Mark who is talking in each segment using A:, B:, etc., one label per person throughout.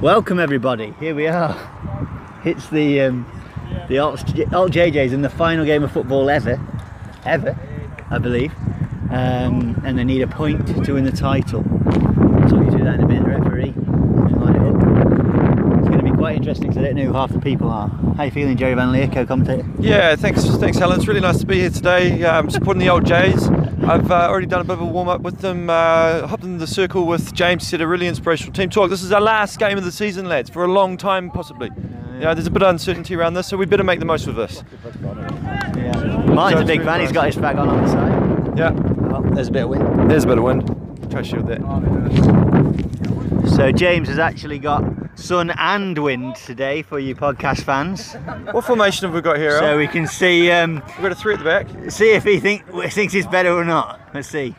A: Welcome everybody. Here we are. It's the um, the Alt Alt JJs in the final game of football ever, ever, I believe. Um, and they need a point to win the title. I'll talk you through that in a bit, referee. and line it up. It's going to be quite interesting 'cause I don't know who half the people are. How you feeling, Jerry Van Leer, co-commentator?
B: Yeah, thanks, thanks, Helen. It's really nice to be here today, um, supporting the old Jays. I've uh, already done a bit of a warm up with them. Uh, hopped in the circle with James. Said a really inspirational team talk. This is our last game of the season, lads, for a long time, possibly. You know, there's a bit of uncertainty around this, so we better make the most of this.
A: Yeah. Mine's a big fan. He's got his flag on on the side.
B: Yeah,
A: Oh, there's a bit of wind.
B: there's a bit of wind. Try to shield that.
A: So James has actually got sun and wind today for you podcast fans,
B: What formation have we got here?
A: so
B: Al?
A: we can see um,
B: We've got a three at the back.
A: see if he think, thinks it's better or not. Let's see.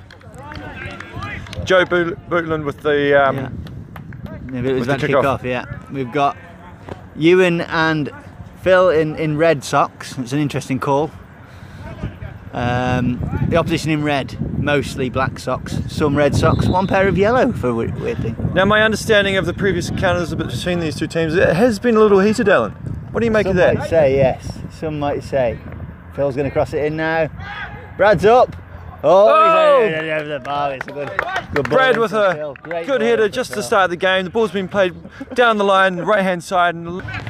B: Joe Boot- Bootland with the. Um,
A: Yeah. Maybe it was
B: With the
A: about to kick
B: kick-off.
A: off. Yeah, we've got Ewan and Phil in, in red socks. It's an interesting call. Um, the opposition in red, mostly black socks, some red socks, one pair of yellow for a weird, weird thing.
B: Now, my understanding of the previous encounters between these two teams, it has been a little heated, Alan. What do you make
A: Some
B: of that?
A: might say yes. Some might say Phil's going to cross it in now. Brad's up. Oh,
B: Oh!
A: he's over the bar. It's a good, good ball
B: Brad
A: in
B: with
A: from
B: a
A: Phil. Great
B: good
A: ball
B: header
A: in from
B: just to
A: Phil.
B: start the game. The ball's been played down the line, right hand side. And all
A: Josh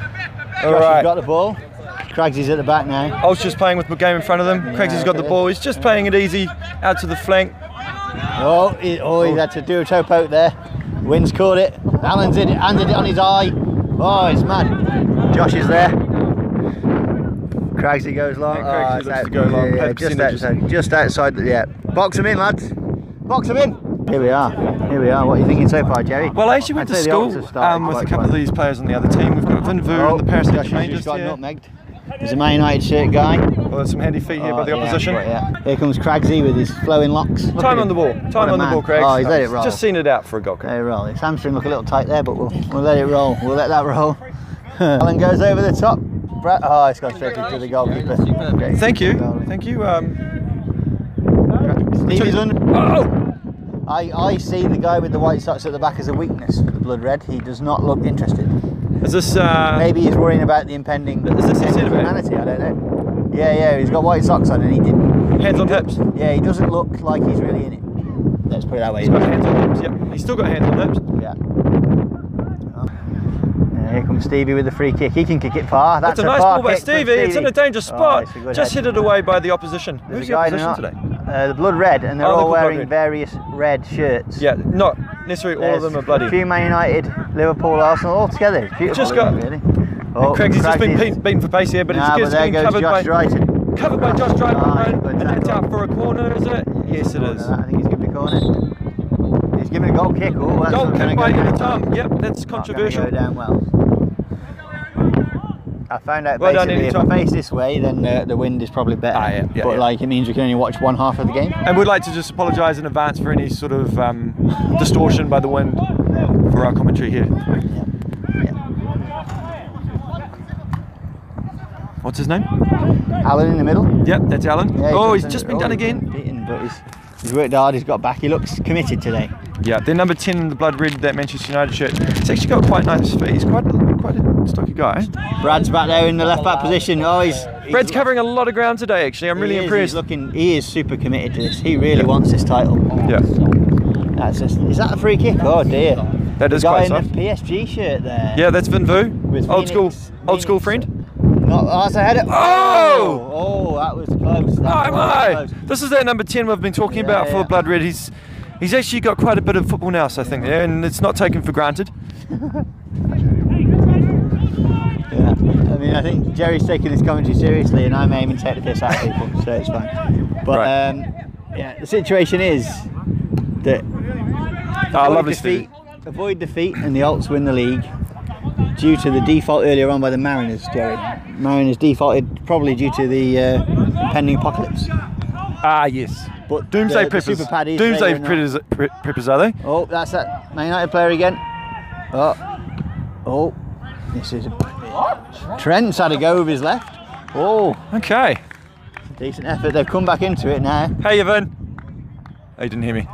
A: has
B: right,
A: got the ball. Craggs is at the back now.
B: Ulster's playing with game in front of them. Craigs has got the ball. He's just playing it easy out to the flank.
A: Oh, he, oh, he's had to do a toe poke there. Wynn's caught it. Allen's in it, handed it on his eye. Oh, it's mad. Josh is there. Craigsy goes long.
B: Yeah, Craigsy
A: oh, it's
B: looks
A: out-
B: to go long.
A: yeah, yeah,
B: Had
A: just,
B: percentages.
A: outside, just outside. the- Yeah. Box him in, lads. Box him in. Here we are. Here we are. What are you thinking so far, Jerry?
B: Well, I actually went
A: I'd
B: to
A: say the Oxers
B: school
A: started
B: um, with a
A: quite
B: couple of
A: well.
B: these players on the other team. We've got Vinver
A: Oh,
B: and the Paris Saint
A: Josh has
B: Germain
A: just
B: just
A: got
B: here.
A: nutmegged. There's a Man United shirt guy.
B: Well, there's some handy feet here by
A: Oh,
B: the
A: yeah,
B: opposition.
A: yeah. Here comes Craigsy with his flowing locks. Look at
B: Time
A: him.
B: on the ball.
A: What
B: Time
A: a
B: on the
A: man.
B: ball, Craig.
A: Oh, he's let it roll.
B: Just seen it out for a goal. kick.
A: Let it roll. Its hamstring look a little tight there, but we'll, we'll let it roll. We'll let that roll. Allen goes over the top. Bra- oh, it's gone straight to the goalkeeper. Great.
B: Thank you.
A: Goal.
B: Thank you. Um,
A: Stevie's under-
B: oh!
A: I, I see the guy with the white socks at the back as a weakness for the blood red. He does not look interested.
B: Is this. Uh,
A: Maybe he's worrying about the impending
B: Is this his silhouette?
A: humanity. I don't know. Yeah, yeah. He's got white socks on, and he didn't.
B: hands on hips?
A: Yeah, he doesn't look like he's really in it. Let's put it that way.
B: He's got hands on hips, yep. He's still got hands on hips.
A: Yeah. Yeah, Here comes Stevie with the free kick. He can kick it far. That's
B: That's a nice
A: far
B: ball by
A: kick from
B: Stevie. It's in a dangerous
A: Oh,
B: spot.
A: it's a good
B: Just
A: head.
B: hit it away by the opposition.
A: There's a
B: Who's the
A: guy in
B: opposition
A: the-
B: today?
A: Uh, the blood red, and they're
B: Oh, they're
A: all
B: called Blood
A: wearing
B: Red.
A: various red shirts.
B: Yeah, not necessarily all of
A: There's
B: them are bloody.
A: a few Man United, Liverpool, Arsenal, all together. It's beautiful.
B: Just got-
A: isn't it, really. Oh,
B: Craig's he's just been
A: Craig's-
B: beaten, beaten for pace here, but
A: Nah,
B: it's,
A: but
B: it's
A: there
B: been
A: goes
B: covered by,
A: Josh Drayton.
B: covered by Josh Dryden.
A: Ah,
B: and
A: good
B: that's
A: tackle.
B: out for a corner, is it? Yes, it is.
A: I think he's going to be cornered. He's giving a goal kick. Oh, that's
B: Goal
A: not gonna
B: kick by
A: go
B: any
A: down.
B: time. Yep, that's
A: Not gonna
B: controversial.
A: Oh, Go down well. I found out
B: Well done,
A: basically if I
B: Iniesta.
A: face this way, then uh, the wind is probably better.
B: Ah, yeah, yeah,
A: but
B: yeah.
A: like it means we can only watch one half of the game.
B: And we'd like to just apologise in advance for any sort of um, distortion by the wind for our commentary here. What's his name?
A: Alan in the middle.
B: Yep, that's Alan.
A: Yeah,
B: oh, he's
A: done
B: just
A: it.
B: been
A: Oh,
B: done
A: he's
B: again.
A: Beaten, but he's, he's worked hard. He's got back. He looks committed today.
B: Yeah, they're number 10 in the blood red, that Manchester United shirt. He's actually got quite nice feet. He's quite a, quite a stocky guy.
A: Brad's back there in the left back position. Oh, he's. he's
B: Brad's covering a lot of ground today, actually. I'm really
A: he is,
B: impressed.
A: He's looking. He is super committed to this. He really wants this title.
B: yeah,
A: That's just, is that a free kick? Oh dear.
B: that
A: The
B: is
A: guy
B: quite
A: in the
B: soft.
A: PSG shirt there.
B: Yeah, that's Vin Vu.
A: With
B: Old school,
A: Phoenix-
B: old school
A: Phoenix.
B: friend.
A: Not, oh, that's a header.
B: Oh!
A: Oh, that was close. That
B: Oh my!
A: was close.
B: This is that number 10 we've been talking
A: Yeah,
B: about for
A: yeah.
B: Blood Red. He's he's actually got quite a bit of football now, I think, there, and it's not taken for granted.
A: Yeah. I mean, I think Jerry's taking this commentary seriously, and I'm aiming to take the piss out of people, so it's fine. But
B: Right.
A: um, yeah, the situation is that
B: Ah, lovely
A: defeat,
B: Stevie.
A: avoid defeat, and the Alts win the league due to the default earlier on by the Mariners. Jerry, Mariners defaulted probably due to the uh, pending apocalypse.
B: Ah, yes.
A: But
B: Doomsday
A: the, the
B: Preppers.
A: Super Paddies, they were
B: Doomsday
A: not-
B: preppers, pre- preppers, are they?
A: Oh, that's that Man United player again. Oh, oh, this is Trent's had a go with his left. Oh,
B: Okay.
A: decent effort. They've come back into it now.
B: Hey, Evan. Oh, you didn't hear me.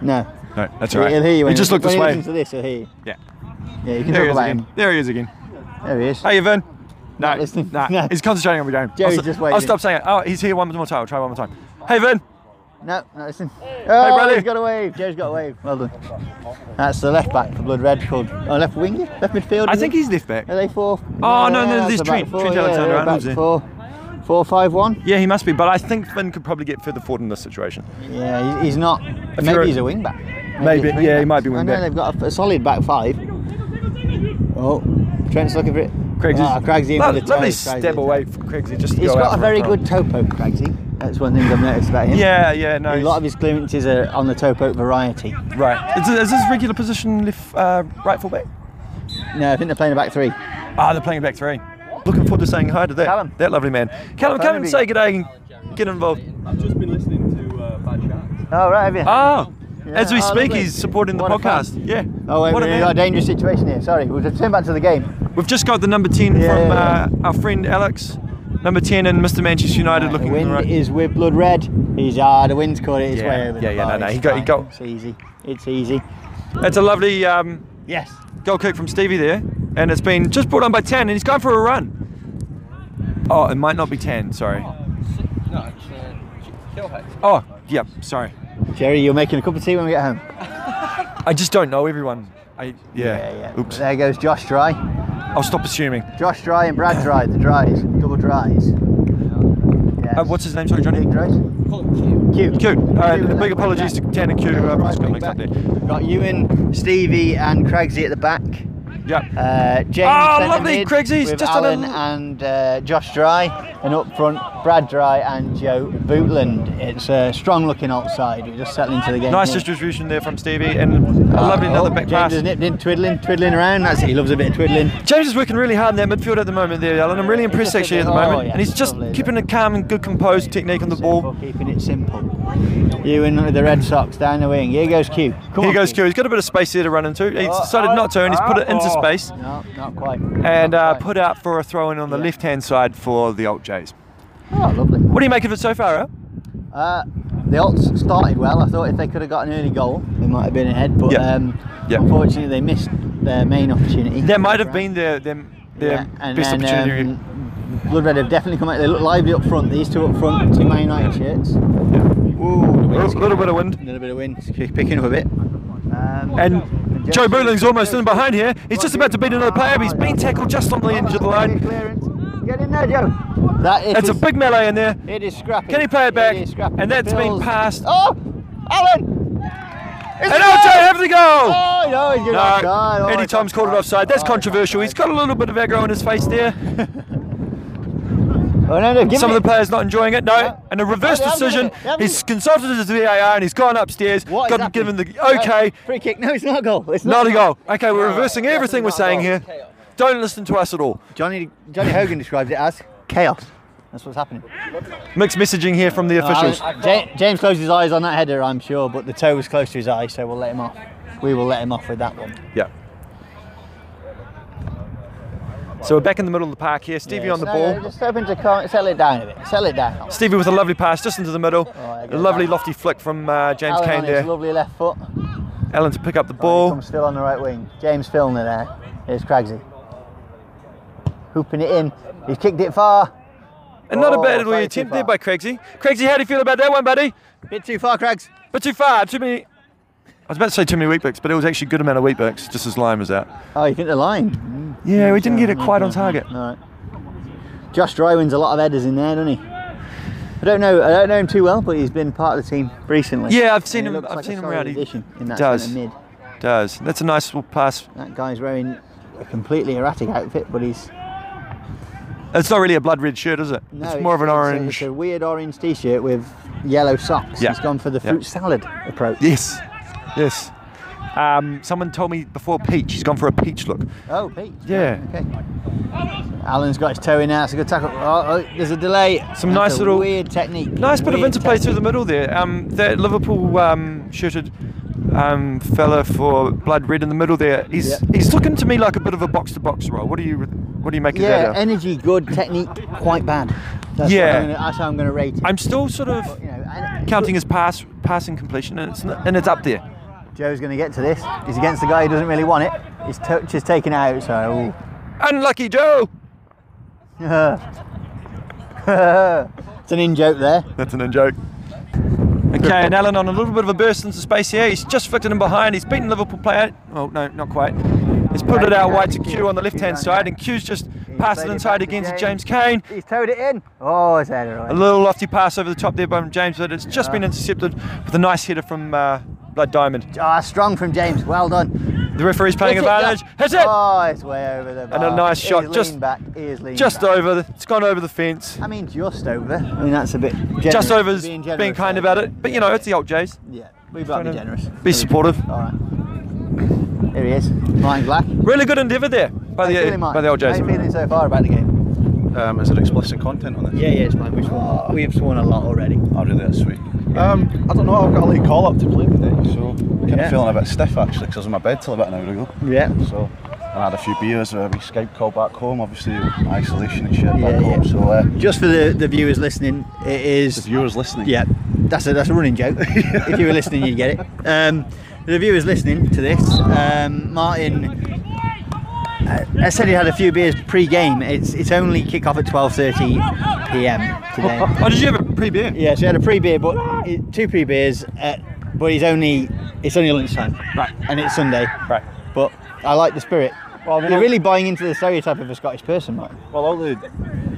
A: No,
B: No, that's all
A: he'll
B: right.
A: hear you. When
B: just
A: he,
B: looked this
A: when he
B: way.
A: listens to this, he'll hear you.
B: Yeah.
A: Yeah, you can
B: There he
A: talk
B: is
A: about
B: again.
A: him.
B: There he is again.
A: There he is.
B: Hey, Evan. No,
A: Not listening.
B: nah,
A: No.
B: he's concentrating on the game.
A: Jerry's
B: I'll, st-
A: just
B: I'll
A: waiting.
B: stop saying it. Oh, he's here one more time. I'll try one more time. Hey, Evan.
A: No, no, listen. Oh,
B: brother.
A: he's got a wave. Joe's got a wave. Well done. That's the left back for Blood Red called. Oh, left winger? Left midfielder?
B: I think he's left back.
A: Are they four?
B: Oh, no, no,
A: that's
B: this
A: the back
B: Trent-
A: four,
B: Trent
A: yeah,
B: Alexander
A: they're
B: Arnold's
A: back
B: in.
A: Four, four, five, one.
B: Yeah, he must be. But I think Finn could probably get further forward in this situation.
A: Yeah, he- he's not.
B: you're-
A: Maybe he's a wing back.
B: Maybe,
A: he's a
B: yeah, he
A: back.
B: might be wing
A: I know
B: back.
A: they've got a, a solid back five. Oh, Trent's looking for it.
B: Craig's
A: Ah, Craig's in
B: Lo-
A: for the
B: lovely
A: toe, Craig's in
B: step
A: for
B: away
A: the toe.
B: from Craigsley. Just to
A: He's
B: go out
A: got a
B: for
A: very
B: throw.
A: good toe poke, Craigsy. That's one thing I've noticed about him.
B: Yeah, yeah, no.
A: A
B: he's-
A: lot of his clearances are on the toe poke variety.
B: right. Is, is this regular position left, uh, right full back?
A: No, I think they're playing a back three.
B: Ah, they're playing a back three. Looking forward to saying hi to that
A: Callum.
B: that lovely man. Callum, come
A: Callum,
B: and
A: be-
B: say good day and get involved.
C: I've just been listening to uh, Bad Sharks.
A: Oh, right, have you?
B: Oh, as we
A: Yeah, oh,
B: speak,
A: lovely.
B: he's supporting the
A: What a fan.
B: podcast. Yeah.
A: Oh, wait,
B: What a
A: we've
B: man.
A: got a dangerous situation here. Sorry, we'll just turn back to the game.
B: We've just got the number 10
A: Yeah,
B: from
A: yeah,
B: Uh, our friend Alex. Number 10 and Mr. Manchester United
A: Right,
B: looking
A: the wind
B: right.
A: is with blood red. He's ah, the wind's caught it his
B: Yeah,
A: way over.
B: yeah,
A: the
B: yeah, no,
A: bar.
B: no, he
A: It's
B: got- he
A: fine.
B: got-
A: It's easy. It's easy.
B: That's a lovely um,
A: Yes.
B: goal kick from Stevie there. And it's been just brought on by Tan and he's going for a run. Oh, it might not be Tan, sorry.
C: No, it's uh, Killhead.
B: Oh, yep, sorry.
A: Jerry, you're making a cup of tea when we get home.
B: I just don't know everyone. I, yeah. Oops.
A: There goes Josh Dry.
B: I'll stop assuming. Uh,
A: Josh Dry and Brad Dry, the Drys, double Drys. Yes.
B: Uh, what's his name? Sorry, Johnny.
A: Big Drys? Q.
B: Cute. Uh,
A: Q,
B: big
A: right
B: apologies to
A: back.
B: Tan and Q. uh,
A: Right
B: I've just got
A: wing
B: mixed up
A: back.
B: there.
A: Got Ewan, Stevie, and Craigsy at the back.
B: Yep.
A: Uh, James
B: Ah,
A: centre
B: lovely,
A: mid
B: Craigsy's
A: with
B: just on a-
A: Alan and uh, Josh Dry, and up front Brad Dry and Joe Bootland. It's a strong looking outside. We're just settling to the game.
B: Nice
A: here.
B: distribution there from Stevie and a lovely
A: Oh,
B: another back
A: James
B: pass.
A: has nipped in, twiddling, twiddling around. That's it. He loves a bit of twiddling.
B: James is working really hard in that midfield at the moment there, Alan. I'm really
A: He's
B: impressed
A: just a
B: actually at
A: bit-
B: the
A: oh,
B: moment.
A: yeah,
B: and he's just
A: lovely.
B: keeping a calm and good composed technique on the ball.
A: Simple, keeping it simple. Ewan with the Red Sox down the wing. Here goes Q. Come
B: Here
A: on,
B: goes Q. He's got a bit of space there to run into. He's
A: Oh,
B: decided
A: oh,
B: not to and he's put it into
A: oh.
B: space
A: No, not quite.
B: and
A: Not
B: uh,
A: quite.
B: put out for a throw in on the
A: Yeah.
B: left hand side for the Alt Jays.
A: Oh, lovely.
B: What do you make of it so far, huh?
A: Uh, the Alts started well. I thought if they could have got an early goal, they might have been ahead. But
B: Yeah.
A: um,
B: Yeah.
A: unfortunately, they missed their main opportunity.
B: That might have been their, their, their
A: Yeah, and
B: best
A: then,
B: opportunity.
A: Um, Blood Red have definitely come out. They look lively up front. These two up front, two Man United shirts.
B: a
A: Ooh,
B: little bit of wind.
A: A little bit of wind. It's picking up a bit. Um,
B: And Joe Booling's almost in behind here. He's just about to beat another player, but he's been tackled just on the edge of the line.
A: Get in there, Joe. That is.
B: That's a big melee in there.
A: It is scrappy.
B: Can he play it back?
A: is scrappy.
B: And
A: The
B: that's been
A: Bills-
B: passed.
A: Oh, Alan. It's
B: And
A: a
B: LJ
A: goal!
B: have the goal!
A: Oh, no, he's gonna offside.
B: No,
A: Oh,
B: Andy
A: it's
B: Tom's called it offside. That's
A: Oh, it's
B: controversial. He's
A: offside.
B: got a little bit of aggro on his face there.
A: Oh, no, no, give
B: Some
A: it.
B: of the players not enjoying it.
A: Yeah.
B: No, and a reverse
A: Oh, they haven't
B: decision.
A: given it. They haven't
B: He's consulted his VAR and he's gone upstairs.
A: What
B: Got
A: is
B: given the
A: happening?
B: okay.
A: Uh, free kick. No, it's not a goal. It's
B: Not a goal. Okay, we're
A: No,
B: reversing
A: definitely
B: everything we're
A: not a
B: saying
A: goal.
B: here. Don't listen to us at all.
A: Johnny Johnny Hogan describes it as chaos. That's what's happening.
B: Mixed messaging here from the officials.
A: Uh, Ja- James closed his eyes on that header, I'm sure, but the toe was close to his eye, so we'll let him off. We will let him off with that one.
B: Yeah. So we're back in the middle of the park here. Stevie
A: Yeah,
B: on the
A: so- uh,
B: ball.
A: Just hoping to calm, settle it down a bit. Settle it down.
B: Stevie with a lovely pass just into the middle.
A: Oh, I get
B: a lovely
A: that.
B: lofty flick from uh, James
A: Alan
B: Kane
A: on his
B: there.
A: lovely left foot.
B: Alan to pick up the
A: Oh.
B: ball.
A: Comes still on the right wing. James Filner there. Here's Craigsy. Hooping it in. He's kicked it far.
B: And not a
A: Oh,
B: bad little
A: slightly
B: attempt
A: too
B: there
A: far.
B: by Craigsy. Craigsy, how do you feel about that one, buddy?
A: Bit too far, Craigs.
B: But too far, too many. I was about to say too many wheat bix, but it was actually a good amount of wheat bix, just as uh, lime was out.
A: Oh, you think the line?
B: Yeah, we didn't get it quite on target.
A: All right. Josh Dry wins a lot of headers in there, doesn't he? I don't know. I don't know him too well, but he's been part of the team recently.
B: Yeah, I've seen
A: And he
B: him-
A: looks
B: I've
A: like a
B: seen him
A: solid
B: around. He
A: addition in that
B: does.
A: centre mid.
B: Does. That's a nice little pass.
A: That guy's wearing a completely erratic outfit, but he's
B: It's not really a blood red shirt, is it?
A: no,
B: it's more of an
A: a- it's
B: orange.
A: a weird orange t-shirt with yellow socks.
B: Yeah.
A: He's gone for the
B: Yeah.
A: fruit salad approach.
B: Yes, yes. Um, someone told me before peach. He's gone for a peach look.
A: Oh, Pete.
B: Yeah.
A: Okay. Alan's got his toe in now. It's a good tackle. Oh, oh there's a delay.
B: Some
A: That's
B: nice
A: a
B: little-
A: weird technique.
B: Nice bit of
A: Weird
B: interplay
A: technique.
B: through the middle there. Um, that Liverpool um, shirted um, fella for blood red in the middle there. He's
A: Yeah.
B: he's looking to me like a bit of a box to box role. What do you what do you make of that? uh?
A: Yeah,
B: Al?
A: energy good, technique quite bad. That's
B: Yeah.
A: what I'm gonna, that's how I'm going to rate it.
B: I'm still sort of
A: you know, and-
B: counting his pass passing completion, and it's n- and it's up there.
A: Joe's going to get to this. He's against the guy who doesn't really want it. His touch is taken out, so.
B: Unlucky Joe!
A: It's an in joke there.
B: That's an in joke. Okay, and Allen on a little bit of a burst into space here. He's just flicked it in behind. He's beaten Liverpool player. Oh, no, not quite. He's put it out wide to Q on the left hand side, and Q's just passed it inside again to James Kane.
A: He's towed it in. Oh, it's headed
B: A
A: right.
B: little lofty pass over the top there by James, but it's just been intercepted with a nice header from uh, Blood Diamond.
A: Ah, strong from James. Well done.
B: The referee's playing
A: Hit it,
B: advantage.
A: yeah.
B: Hits it!
A: Oh, it's way over the bar.
B: a nice
A: He
B: shot,
A: is
B: just-
A: leaned back. He is leaned
B: Just
A: back.
B: over. The, it's gone over the fence.
A: I mean, just over. I mean, that's a bit. Generous.
B: Just over is
A: being,
B: being,
A: generous eh?
B: kind
A: there.
B: about it. But you know, it's the old Jays.
A: Yeah, we've got to be
B: Trying to
A: generous.
B: Be supportive.
A: All right. Here he is, Ryan Black.
B: Really good endeavour there by
A: How you
B: the
A: feeling, Mike?
B: by the old Jays.
A: How you feeling so far about the game?
D: Um, is there explicit content on this?
A: Yeah, yeah, it's fine. We've sworn, we've sworn a lot already.
D: Oh, really? That's sweet. Um, I don't know. I've got a late call up to play today, so kind
A: Yeah.
D: of feeling a bit stiff actually because I was in my bed till about an hour ago.
A: Yeah.
D: So and I had a few beers, a wee Skype call back home, obviously isolation and shit back
A: Yeah,
D: home.
A: yeah.
D: So uh,
A: Just for the, the viewers listening, it
D: the
A: is.
D: viewers listening.
A: Yeah, that's a, that's a running joke. if you were listening, you'd get it. Um, the viewers listening to this, um, Martin. uh, I said he had a few beers pre-game. It's it's only kick-off at 12:30 p.m. today.
B: Oh, did you have a pre-beer?
A: Yeah, so he had a pre-beer, but it- two pre-beers, at, but he's only it's only lunchtime,
B: Right.
A: And it's Sunday,
D: Right.
A: But I like the spirit.
D: Well,
A: You're
D: you know-
A: really buying into the stereotype of a Scottish person, Mark.
D: Well, all the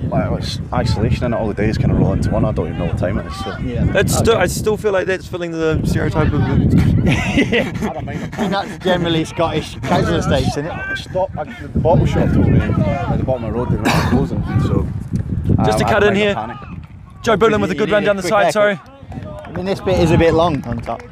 D: like, it's isolation and all the days kind of roll into one. I don't even know what time it is. So.
A: Yeah,
B: That's still, I still feel like that's filling the stereotype of the
A: I mean, that's generally Scottish council estates, isn't it?
D: Stop! I, the bottle shop told me at the bottom of the road they were not closing, so
B: Just to
D: I had
B: cut in
D: a
B: here.
D: panic.
B: Joe Boolin with a
A: You
B: good
A: need
B: run
A: a
B: down the
A: quick haircut.
B: side. Sorry,
A: I mean, this bit is a bit long on top.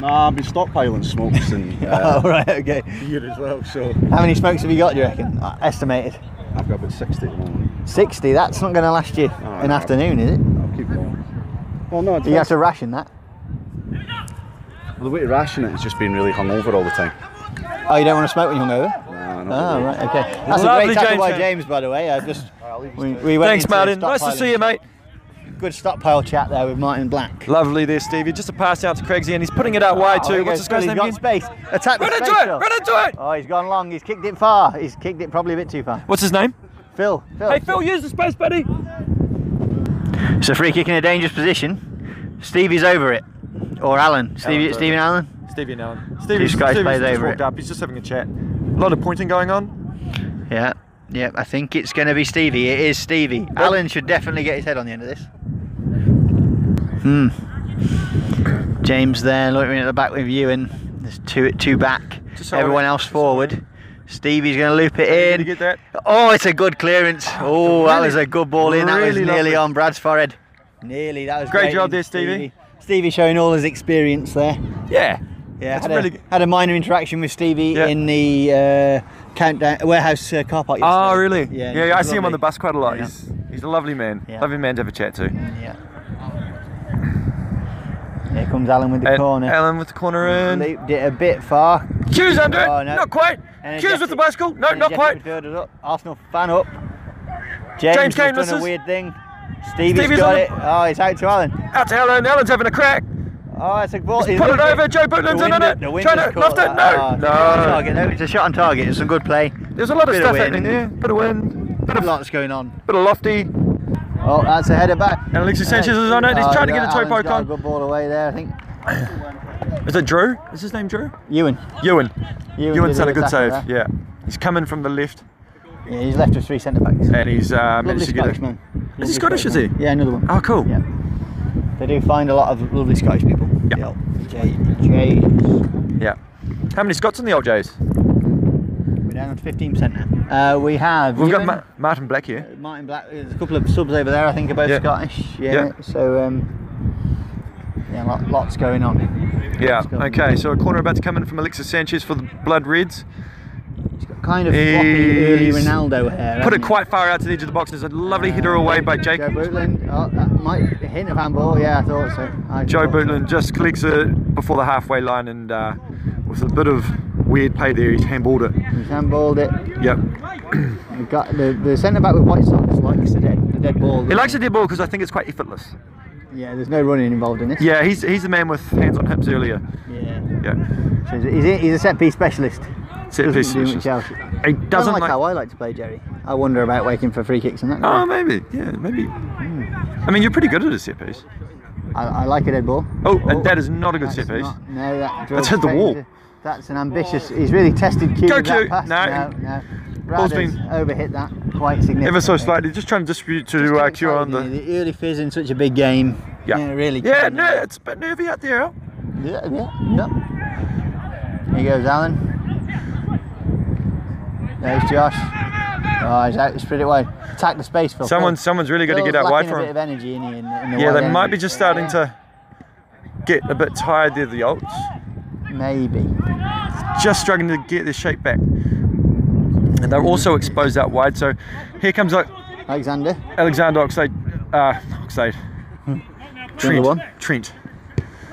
D: Nah, I've been stockpiling smokes and uh,
A: All right, okay.
D: beer as well, so
A: How many smokes have you got? Do you reckon? Uh, Estimated
D: I've got about 60 at the moment.
A: sixty. That's not going to last you
D: right,
A: an
D: no.
A: afternoon, is it?
D: I'll keep going. Well, no,
A: You have to ration that.
D: the way to ration it is just being really hungover all the time.
A: Oh, you don't want to smoke when you're hungover.
D: Nah, not
A: Oh,
D: really.
A: right, okay. That's a
B: Lovely
A: great tackle
B: James,
A: by
B: mate.
A: James, by the way. I just
D: I'll leave you
A: we,
D: to it.
A: we went
B: thanks,
A: into
B: Martin. Nice to
A: stockpiling.
B: see you, mate.
A: Good stockpile chat there with Martin Black.
B: Lovely there, Stevie. Just a pass out to Craigsy, and he's putting it out wide
A: Oh, there
B: too.
A: he goes.
B: What's this guy's
A: He's
B: name
A: got
B: again?
A: space. Attack the
B: Run
A: space
B: into it!
A: shot.
B: Run into it!
A: Oh, he's gone long. He's kicked it far. He's kicked it probably a bit too far.
B: What's his name?
A: Phil, Phil.
B: Hey, Phil, use the space, buddy.
A: It's a free kick in a dangerous position. Stevie's over it, or Alan. Stevie,
B: over
A: Stephen
B: it.
A: Allen.
B: Stevie now. Stevie's,
A: guys
B: Stevie's
A: played
B: just
A: over
B: walked
A: it.
B: up. He's just having a chat. A lot of pointing going on.
A: Yeah, yeah. I think it's going to be Stevie. It is Stevie. Alan should definitely get his head on the end of this. Hmm. James there loitering at the back with Ewan. There's two two back.
B: Just hold
A: Everyone
B: it.
A: else
B: Just
A: forward. Stevie's going to loop
B: Did
A: it
B: you
A: in.
B: get that?
A: Oh, it's a good clearance. Oh, that
B: really-
A: was a good ball in. That was
B: really
A: nearly
B: lovely.
A: on Brad's forehead. Nearly. That was
B: Great
A: great
B: job
A: in
B: there, Stevie.
A: Stevie showing all his experience there.
B: Yeah.
A: Yeah,
B: That's
A: had,
B: really
A: a,
B: good.
A: had a minor interaction with Stevie
B: Yeah.
A: in the uh, countdown warehouse uh, car park.
B: Oh,
A: yesterday.
B: really?
A: Yeah,
B: yeah,
A: he
B: yeah, I
A: was
B: see him on
A: lovely.
B: the bus quite a lot.
A: Yeah.
B: He's, he's a lovely man.
A: Yeah.
B: Lovely man to have a chat to.
A: Yeah. Here comes Alan with the
B: And
A: corner.
B: Uh, Alan with the corner in.
A: Looped it a bit far.
B: Q's under it.
A: Oh, no.
B: Not quite. Q's with the
A: Energetic-
B: bicycle. No, not
A: energetic
B: quite.
A: midfielder's up. Arsenal fan up. James,
B: James
A: has done
B: Kane misses.
A: a weird thing. Stevie's
B: Stevie's
A: got
B: on
A: it. Oh, it's out to Alan.
B: Out to Alan. Alan's having a crack.
A: Oh, it's a ball. He's
B: Put it
A: looped
B: over. Joe
A: The
B: Bootland's in
A: wind-
B: on it.
A: the wind has
B: Trying to
A: caught
B: lift it.
A: that.
B: No.
A: Oh, it's a shot on
B: No.
A: target, though. It's a shot on target. It's some good play.
B: There's a lot of
A: Bit of
B: stuff
A: wind.
B: happening there. Bit of wind. Bit of,
A: Lots going on.
B: bit of lofty.
A: Oh, that's a header back.
B: And Alexis Sanchez is on it. He's
A: Oh,
B: trying to get a
A: yeah,
B: toe
A: Alan's
B: poke
A: got a
B: on.
A: Good ball away there, I think.
B: Is it Drew? Is his name Drew?
A: Ewan.
B: Ewan.
A: Ewan
B: Ewan's
A: did
B: had a good
A: tackle
B: save.
A: there.
B: Yeah. He's coming from the left
A: Yeah, he's left with three centre backs.
B: and he's uh,
A: Lovely
B: managed to get
A: Scottish
B: it.
A: man. Lovely
B: he Scottish, is
A: man.
B: he?
A: Yeah, another one.
B: Oh, cool.
A: Yeah. They do find a lot of lovely Scottish people.
B: Yeah.
A: J, J,
B: Yeah. How many Scots in the old Jays?
A: we're down to 15% now. Uh, we have.
B: We've got
A: Ewan,
B: Ma- Martin Black here.
A: Martin Black. There's a couple of subs over there, I think, are both
B: Yeah.
A: Scottish. Yeah.
B: Yeah.
A: So, um, yeah, lot, lots going on.
B: Yeah.
A: Scott.
B: Okay. So a corner about to come in from Alexis Sanchez for the Blood Reds.
A: He's got kind of floppy early
B: He's
A: Ronaldo hair.
B: Put
A: hasn't
B: it
A: he?
B: quite far out to the edge of the box. There's a lovely
A: Uh,
B: header away by Jake.
A: Joe Bootland. Oh, that might be a hint of handball. Yeah, I thought so. I
B: Joe
A: thought so.
B: Bootland just collects it before the halfway line and uh, with a bit of weird play there, he's handballed it.
A: He's handballed it.
B: Yep.
A: We got the, the centre back with White Sox likes the dead, the dead ball.
B: He likes a
A: doesn't
B: dead ball because I think it's quite effortless.
A: he? Yeah, there's no running involved in this.
B: Yeah, he's he's the man with hands on hips earlier.
A: Yeah.
B: Yeah.
A: So he's, he's a set piece specialist.
B: set
A: doesn't
B: piece
A: do much
B: solutions.
A: else.
B: He
A: Kind of
B: doesn't
A: like
B: make-
A: how I like to play, Jerry. I wonder about waiting for free kicks and that.
B: Oh, maybe. Yeah, maybe.
A: Hmm.
B: I mean, you're pretty good at a set piece.
A: I, I like a dead ball.
B: Oh, and that is not a good eh?
A: that's
B: set piece.
A: not- no, that
B: That's
A: drill's
B: hit the
A: straight
B: wall.
A: into- That's an ambitious. He's really tested Q.
B: Go,
A: with that
B: Q.
A: pass.
B: No.
A: no. no.
B: Ball's
A: Rader's
B: been-
A: overhit that quite significantly.
B: Ever so slightly. Just trying to distribute
A: Just
B: to uh,
A: couldn't
B: Q
A: play,
B: on
A: didn't
B: the.
A: he? the early fizz in such a big game.
B: Yeah.
A: really.
B: Yeah,
A: couldn't.
B: no, it's a bit nervy out there. Al.
A: Yeah, yeah, yeah. Here goes Alan. There's Josh. Oh, he's out. He's pretty wide. Attack the space for.
B: Someone's someone's really got to get out wide
A: lacking
B: for
A: a bit of
B: him.
A: energy in, in, in the
B: Yeah,
A: wide
B: they
A: end.
B: might be just starting to get a bit tired there. The Alts.
A: Maybe.
B: just struggling to get their shape back. And they're also exposed out wide. So here comes like
A: Alexander.
B: Alexander Oxlade. Uh, Oxlade. Trent.
A: one?
B: Trent.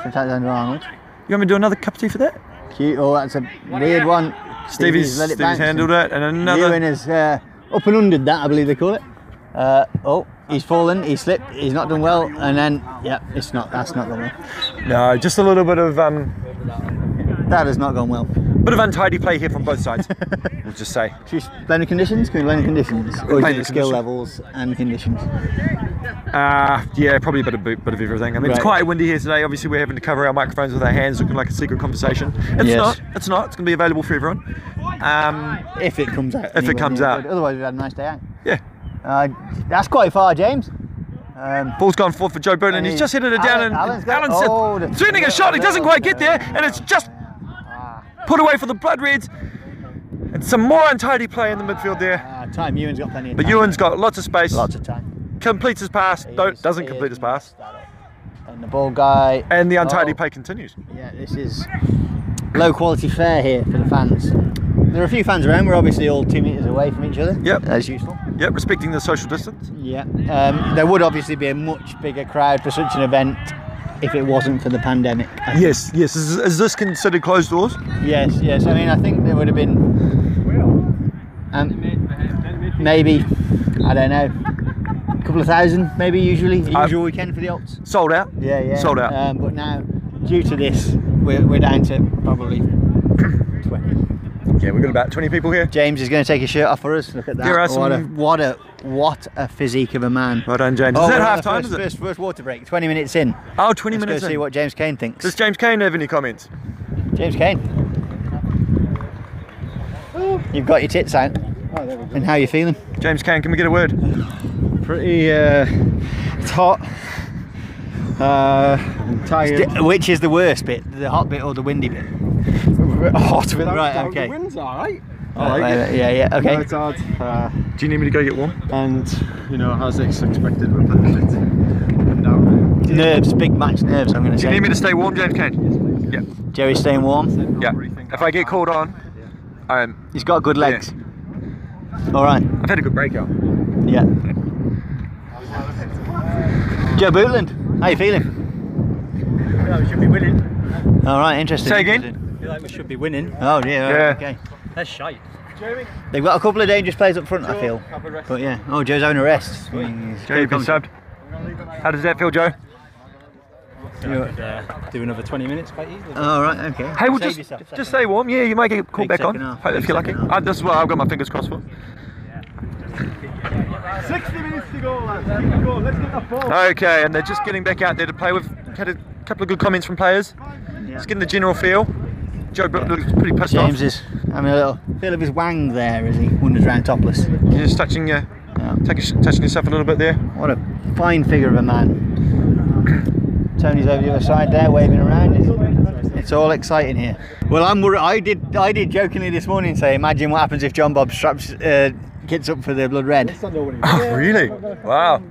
A: Sometimes Alexander Arnold.
B: You want me to do another cup of tea for that?
A: Cute. Oh, that's a weird one.
B: Stevie's,
A: let it
B: Stevie's
A: bounce
B: handled
A: and
B: it. And another.
A: Ewan is uh, up and under that, I believe they call it. Uh, oh, he's fallen. He slipped. He's not done well. And then, yeah, it's not. That's not gone well.
B: No, just a little bit of um,
A: That has not gone well.
B: bit of untidy play here from both sides. we'll just say.
A: Should we blend the conditions? Can we blend the conditions? Or
B: Blend
A: is
B: the
A: it skill
B: condition.
A: levels and conditions?
B: Uh, yeah, probably a bit of boot, bit of everything. I mean, it's
A: Right.
B: quite windy here today. Obviously, we're having to cover our microphones with our hands, looking like a secret conversation. It's
A: Yes.
B: not. It's not. It's going to be available for everyone. Um,
A: If it comes out.
B: If it
A: anywhere
B: comes
A: near
B: out.
A: good. Otherwise, we've had a nice day out.
B: yeah.
A: Uh, that's quite far, James. Um,
B: Ball's gone forward for Joe Burton, and he's just headed it down.
A: Alan-
B: and
A: Alan's
B: Alan's,
A: got- oh, the-
B: sending a shot. He doesn't quite get there, and it's just
A: Ah.
B: put away for the Blood Reds. And some more untidy play in the midfield there.
A: uh, time. Ewan's got plenty of
B: But
A: time.
B: Ewan's got lots of space.
A: Lots of time.
B: completes his pass.
A: He
B: Don't,
A: is-
B: doesn't
A: he
B: complete his
A: is
B: pass.
A: messed that up. And the ball guy.
B: And the untidy
A: oh,
B: play continues.
A: Yeah, this is low quality fare here for the fans. There are a few fans around. We're obviously all two metres away from each other.
B: Yep.
A: As useful.
B: Yep, respecting the social distance.
A: Yeah, um, there would obviously be a much bigger crowd for such an event if it wasn't for the pandemic. I think.
B: Yes, yes. Is, is this considered closed doors?
A: Yes, yes. I mean, I think there would have been um, maybe, I don't know, a couple of thousand, maybe usually, a
B: I-
A: usual weekend for the Alts.
B: Sold out.
A: Yeah, yeah.
B: Sold out.
A: Um, but now, due to this, we're, we're down to probably 20.
B: yeah, we've got about 20 people here.
A: James is going to take his shirt off for us. Look at that.
B: There are
A: What a,
B: some-
A: what a, what a physique of a man.
B: Well done, James.
A: Oh,
B: is that
A: we're on
B: half
A: the
B: time?
A: First,
B: Is it?
A: first, first water break, 20 minutes in.
B: Oh, 20
A: Let's
B: minutes.
A: go
B: in.
A: see what James Kane thinks.
B: Does James Kane have any comments?
A: James Kane. You've got your tits out. And how you feeling?
B: James Kane, can we get a word?
E: Pretty. Uh, it's hot. Uh, I'm tired.
A: Which is the worst bit, the hot bit or the windy bit? Oh,
E: hot without
A: Right,
E: doubt.
A: okay.
E: The wind's alright.
A: Uh, yeah, yeah,
E: No,
A: okay.
E: it's hard. Uh,
B: Do you need me to go get warm?
E: and you know, as it's expected, we're playing it. No.
A: Nerves, big match nerves, I'm going to
B: Do you need
A: say.
B: me to stay warm, James Kane?
A: Jerry's staying warm.
B: Yeah. If I get called on, um,
A: He's got good legs. All right,
B: I've had a good breakout.
A: yeah. Joe Bootland, how you feeling?
F: No, we should be winning.
A: All right, interesting.
B: Say again?
A: interesting.
F: I feel like we should be winning.
A: Oh, yeah, all right,
B: Yeah.
A: okay.
F: That's shite.
A: They've got a couple of dangerous players up front, I feel. But yeah, oh, Joe's having a rest.
B: Joe, you've been subbed. How does that feel, Joe?
F: Yeah, I could, uh, do another 20 minutes quite easily.
A: All right, okay.
B: Hey, we'll
A: Save
B: just
A: yourself.
B: just stay warm. Yeah, you might get called
A: Big
B: back on.
A: second half.
B: Hope
A: Big
B: if you're lucky.
A: second half.
B: Uh, that's what I've got my fingers crossed for.
E: 60 minutes to go, lads. Here we go. Let's get that ball.
B: Okay, and they're just getting back out there to play. We've had a couple of good comments from players. Just getting the general feel. Joe Brook looks pretty pissed
A: James
B: off.
A: is having a little feel of his wang there as he wanders around topless.
B: You're just touching your,
A: Yeah.
B: take your, touching yourself a little bit there.
A: What a fine figure of a man. Tony's over the other side there, waving around. It's, it's all exciting here. Well, I'm worried. I did, I did jokingly this morning say, imagine what happens if John Bob straps uh, gets up for the blood red.
B: Oh, really? Wow.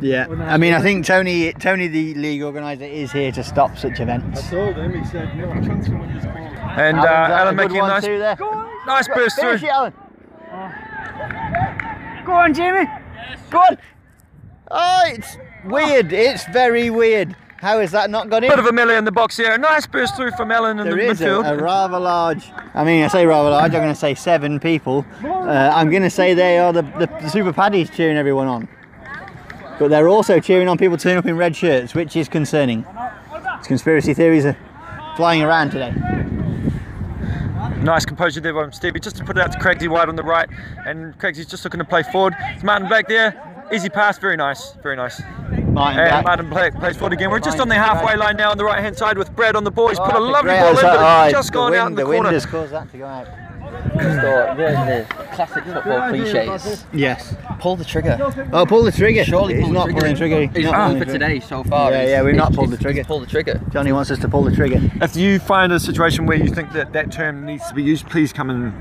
A: Yeah. I mean, I think Tony, Tony, the league organizer, is here to stop such events.
E: Told him he said no chance for what he's called.
B: And uh,
A: Alan's had a
B: Alan
A: good
B: making a
A: one
B: nice,
A: too there.
B: nice burst through.
A: Finish it, Alan. Go on, Jimmy. Go on. Oh, it's weird. It's very weird. How has that not gone in?
B: Bit of a melee in the box here. A nice burst through from Alan in
A: There
B: the
A: is a,
B: midfield.
A: a rather large. I mean, I say rather large. I'm going to say seven people. Uh, I'm going to say they are the, the, the super paddies cheering everyone on. But they're also cheering on people turning up in red shirts, which is concerning. It's conspiracy theories are flying around today.
B: Nice composure there by Stevie, just to put it out to Craigsy wide on the right, and Craigsy's just looking to play forward. It's Martin Black there, easy pass, very nice, very nice.
A: Martin
B: And
A: back.
B: Martin Black plays forward again. We're just on the halfway line now on the right hand side with Brad on the ball. He's put a
A: Oh,
B: lovely
A: great
B: ball in,
A: outside.
B: but
A: Oh,
B: it's just
A: the
B: gone
A: wind,
B: out in the,
A: the
B: corner.
A: wind has caused that to go out.
C: So, the, the classic football cliches.
A: Yes.
C: Pull the trigger.
A: Oh, pull the trigger.
C: Surely
A: he's
C: pull
A: not
C: the
A: pulling
C: trigger.
A: the trigger.
C: He's not
A: pulling
C: pulled for
A: the trigger.
C: today so far.
A: Yeah,
C: He's-
A: yeah, we've
C: he's-
A: not pulled
C: he's-
A: the trigger.
C: he's Pulled the trigger.
A: Johnny wants us to pull the trigger.
B: If you find a situation where you think that that term needs to be used, please come and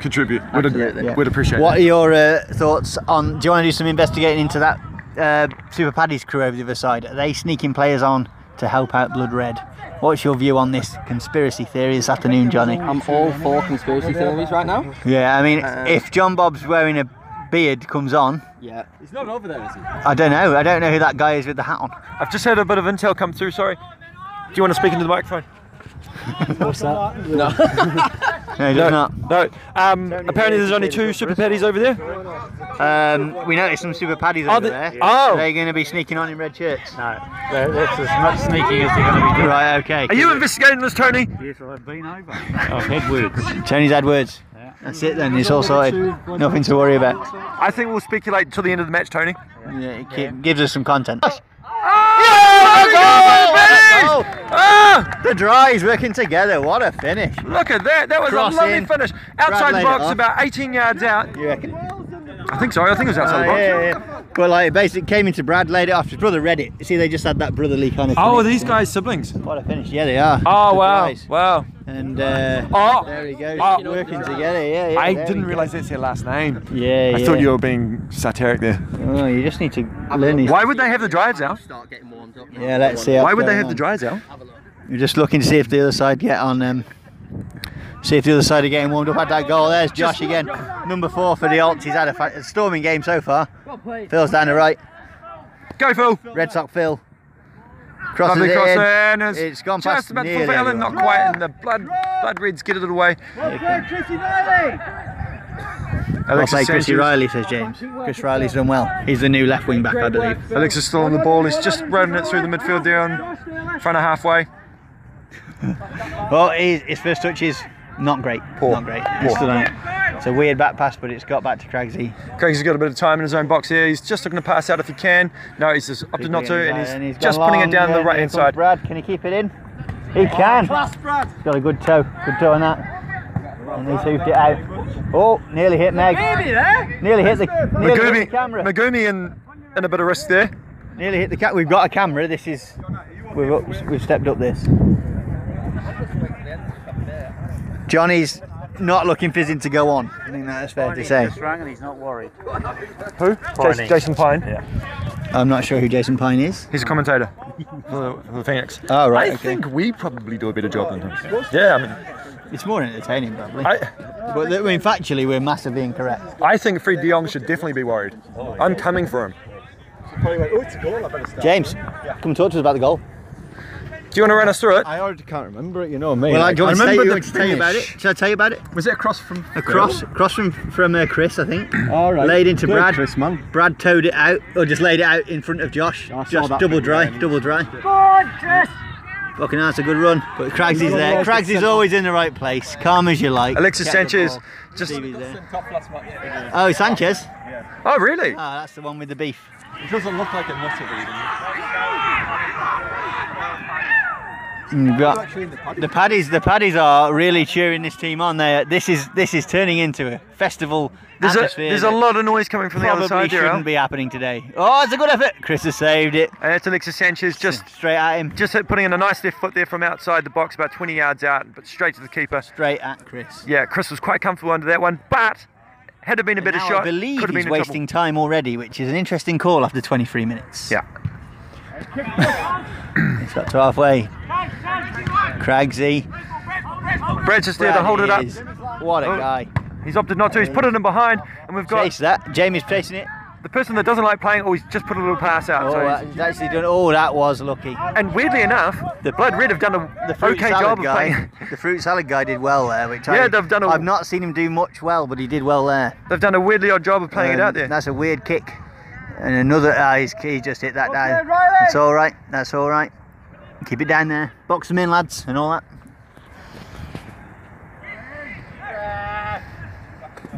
B: contribute. We'd,
A: Absolutely. Yeah.
B: we'd appreciate
A: What
B: it.
A: are your uh, thoughts on? Do you want to do some investigating into that uh, Super Paddy's crew over the other side? Are they sneaking players on to help out Blood Red? What's your view on this conspiracy theory this afternoon, Johnny?
C: I'm all for conspiracy theories right now.
A: Yeah, I mean,
F: Uh,
A: if John Bob's wearing a beard comes on,
C: Yeah. He's not over there, is he?
A: I don't know. I don't know who that guy is with the hat on.
B: I've just had a bit of intel come through, sorry. Do you want to speak into the microphone?
A: No, he does not.
B: No. Um, apparently, there's only two super patties over there.
A: Um, we noticed some Super Paddies over
B: they-
A: there.
B: oh.
A: Are they going to be sneaking on in red shirts?
F: No, that- that's as much sneaking as they're going to be doing.
A: Right, okay.
B: Are you investigating this, Tony?
F: Yes, I've been over. I've had words.
A: Tony's had words. That's it then, it's all sorted. Nothing to worry about.
B: I think we'll speculate until the end of the match, Tony.
A: Yeah, it gi- gives us some content. Oh,
B: Oh,
A: Goal!
B: Ah,
A: The drives working together. What a finish!
B: look at that. That was
A: Cross
B: a lovely
A: in.
B: finish. Outside
A: laid
B: the
A: it
B: box,
A: off.
B: about 18 yards out.
A: You reckon?
B: I think so. I think it was
A: Oh,
B: outside the box.
A: yeah, yeah. Well, like, it basically came into Brad, laid it off. His brother read it. See, they just had that brotherly kind of.
B: Oh, are
A: finish.
B: these guys siblings?
A: What a finish! Yeah, they are.
B: Oh,
A: The
B: wow.
A: drives.
B: Wow.
A: And uh,
B: Oh.
A: there he goes,
B: Oh.
A: working together. Yeah, yeah.
B: I
A: there
B: didn't
A: we go.
B: realise that's their last name.
A: Yeah,
B: I
A: yeah.
B: thought you were being satiric there.
A: Oh, you just need to learn these.
B: Why would they have the drives out?
C: Start getting warmed up. now.
A: Yeah, let's see. how
B: Why
A: it's
B: would they
A: going
B: have
A: on.
B: the drives out?
A: You're just looking to see if the other side get on. Um, see if the other side are getting warmed up at that goal. There's Josh again, number four for the Alts. He's had a, fa- a storming game so far. Phil's down the right.
B: Go, Phil.
A: Red Sox Phil. Crosses
B: Lovely
A: it
B: cross
A: in.
B: in. It's,
A: It's gone
B: just
A: past
B: about
A: nearly
B: for Allen,
A: everyone.
B: not quite, and the blood blood reds get it away.
A: I'll
B: Alexis
A: say Chrissy
B: Sanchez.
A: Riley, says James. Chris Riley's done well. He's the new left wing back, I believe.
B: Alex is still on the ball. He's just running it through the midfield there on front of halfway.
A: Well, his, his first touch is not great. Not great. It's, still on it. it's a weird back pass, but it's got back to Craigsy.
B: Craig's got a bit of time in his own box here. He's just looking to pass out if he can. No, he's just opted not to, and he's,
A: gone
B: just putting it
A: long,
B: down
A: yeah,
B: the right hand
A: here comes
B: side. Oh,
A: Brad, can he keep it in? He can. He's got a good toe. Good toe on that. And he's hoofed it out. Oh, nearly hit Meg. Nearly hit the, nearly hit the
B: Magumi,
A: camera.
B: Magumi in, in a bit of risk there.
A: Nearly hit the cat. We've got a camera. This is we've up, we've stepped up this. Johnny's not looking fizzing to go on. I think that's fair to say.
B: Who? Jason, Jason Pine.
A: I'm not sure who Jason Pine is.
B: He's a commentator for the, for the Phoenix.
A: Oh right,
B: I
A: okay.
B: think we probably do a better job than him. Yeah, I mean,
A: it's more entertaining probably.
B: I,
A: But I mean, factually, we're massively incorrect.
B: I think Fred de Jong should definitely be worried. I'm coming for him.
E: "Oh,
A: James, come talk to us about the goal.
B: Do you want to run us through it?
E: I already can't remember it, you know me.
A: Well, I,
E: Like,
A: do you want
E: I
A: me to tell you,
E: remember
A: want to tell you about it? Should I tell you about it?
E: Was it across from?
A: A cross, cross from from uh, Chris, I think.
E: All right.
A: Laid into
E: Good,
A: Brad.
E: Chris, man.
A: Brad towed it out, or just laid it out in front of Josh.
E: I saw
A: Josh
E: that
A: double
E: bit,
A: dry,
E: yeah, and-
A: double dry. Fucking that's a good run. But Craigsy's there. Craigsy's always in the right place, calm as you like.
B: Alexis
A: Kept the
B: Sanchez
A: ball.
B: just-
A: Stevie's there. Oh, Sanchez.
B: Oh, really?
A: Ah, that's the one with the beef.
C: It doesn't look like a nutter even.
A: Mm, but the paddies, the paddies are really cheering this team on. There, this is this is turning into a festival
B: There's a,
A: atmosphere.
B: there's a
A: that
B: lot of noise coming from the
A: Probably
B: other side there, Al.
A: shouldn't be happening today. Oh, it's a good effort. Chris has saved it.
B: And that's Alexis Sanchez just
A: Straight at him.
B: just hit- putting in a nice left foot there from outside the box, about 20 yards out, but straight to the keeper.
A: Straight at Chris.
B: Yeah, Chris was quite comfortable under that one, but had it been a better
A: now
B: shot,
A: I believe
B: could have
A: he's
B: been in
A: wasting time already, which is an interesting call after 23 minutes.
B: trouble. Yeah.
A: It's got to halfway. Cragsy.
B: Brad's just there to hold it up.
A: is- What a
B: Oh.
A: guy.
B: He's opted not to. He's put it in behind, and we've got
A: Chase that. Jamie's chasing it.
B: the person that doesn't like playing. Oh, he's just put a little pass out.
A: Oh,
B: so he's-
A: that's actually done. Oh, that was lucky.
B: and weirdly enough, the Blood Red have done
A: The
B: a
A: fruit
B: okay
A: salad
B: job of
A: guy.
B: playing.
A: the fruit salad guy did well there, which I,
B: Yeah, they've done a-
A: I've not seen him do much well, but he did well there.
B: They've done a weirdly odd job of playing it
A: Um,
B: out there.
A: That's a weird kick. And another, ah, he's, he just hit that down. That's all right. That's all right. Keep it down there. Box them in, lads, and all that.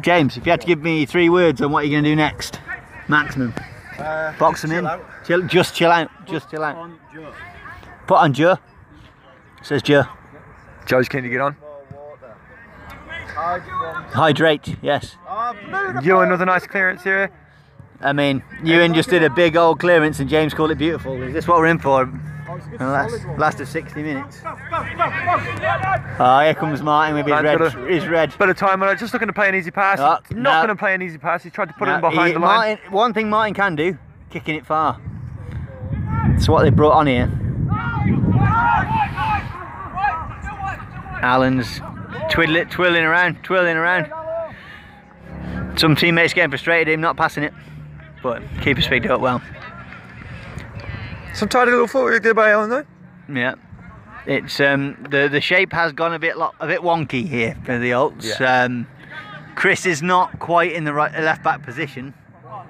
A: James, if you had to give me three words on what you're going to do next, maximum. Box them in. Chill, just chill out. Just chill out. Put on Joe. Says Joe.
B: Joe's keen to get on.
A: Hydrate, yes.
B: Ewan with a nice clearance here.
A: I mean, Ewan just did a big old clearance and James called it beautiful. Is this what we're in for? And last, lasted 60 minutes. Oh, here comes Martin with his
B: Man's
A: red.
B: got a-
A: His red.
B: Bit of time on it, just looking to play an easy pass.
A: Oh,
B: Not
A: no.
B: going to play an easy pass. He tried to put it in
A: Now,
B: behind
A: he-
B: the line.
A: Martin- one thing Martin can do, kicking it far. It's what they brought on here. Allen's twiddle it, twirling around, twirling around. Some teammates getting frustrated at him not passing it, but keeper's picked it up well.
B: Some tidy little footwork there by Allen though.
A: Yeah. It's um the the shape has gone a bit lo- a bit wonky here for the Alts. Um, Chris is not quite in the right left back position. Um,